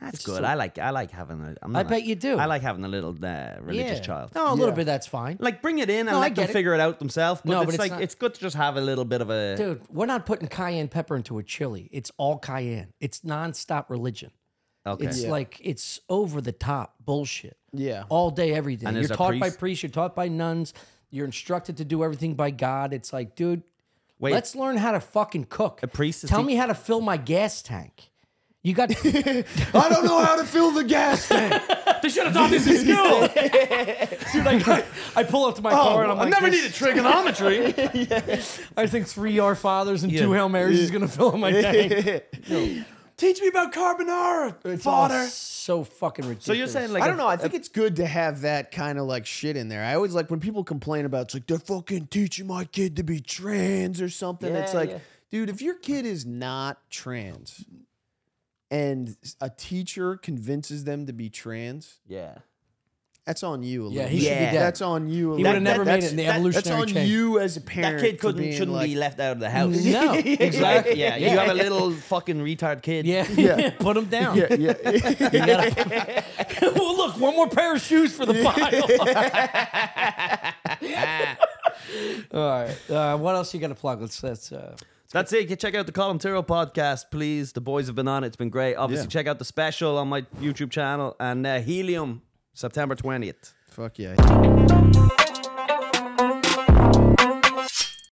C: that's
B: It's
C: good.
B: so-
C: I like I like having a. I'm
B: I
C: not-
B: bet you do.
C: I like having a little uh, religious
B: Yeah.
C: child.
B: No, a little
A: Yeah.
B: bit that's fine.
C: Like bring it in and
B: No, I
C: let them
B: get it.
C: figure it out themselves. But
B: No,
C: it's
B: but it's
C: like
B: not-
C: it's good to just have a little bit of a.
B: Dude, we're not putting cayenne pepper into a chili. It's all cayenne. It's nonstop religion.
C: okay.
B: It's
A: Yeah.
B: like it's over the top bullshit.
A: Yeah.
B: All day, every day.
C: And
B: you're
C: is a
B: taught by
C: priest-
B: priests, you're taught by nuns, you're instructed to do everything by God. It's like, dude,
C: Wait.
B: let's learn how to fucking cook. A
C: priest is
B: Tell
C: te-
B: me how to fill my gas tank. You
C: *laughs*
B: got
A: *laughs*
B: *laughs*
A: I don't know how to fill the gas tank.
B: They should have taught this in school. Dude, I, I pull up to my car and I'm like, I never needed trigonometry. I think three Our Fathers and two Hail Marys is going to fill
C: *laughs*
B: in my tank.
A: *laughs* Teach me about carbonara,
B: It's all so fucking ridiculous.
C: so you're saying like
A: I don't
C: a-
A: know. I think it's good to have that kind of like shit in there. I always like when people complain about it's like they're fucking teaching my kid to be trans or something. it's
C: Yeah,
A: like,
C: yeah.
A: dude, if your kid is not trans and a teacher convinces them to be trans,
C: yeah.
A: that's on you a little
B: Yeah, he
A: bit.
B: should be
C: Yeah.
B: dead.
A: That's on you a
B: He
A: little
B: would've
A: bit.
B: never made
A: That's-
B: it in the
A: that-
B: evolutionary
A: That's on
B: chain.
A: you as a parent.
C: That kid
A: for
C: couldn't
A: being
C: shouldn't
A: like,
C: be left out of the house. *laughs*
B: No, exactly.
C: yeah, you have a little fucking retard kid.
B: Yeah, *laughs* put them
A: *laughs*
B: down.
A: Yeah, yeah.
B: *laughs* You gotta- *laughs* well, look, one more pair of shoes
A: *laughs*
B: for the pile. *laughs* All right. Uh, what else you got to plug? Let's. That's. Uh,
C: That's it. You check out the Column Turo podcast, please. The boys have been on it. It's been great. Obviously,
A: Yeah.
C: check out the special on my YouTube channel and uh, Helium, September 20th.
A: Fuck yeah.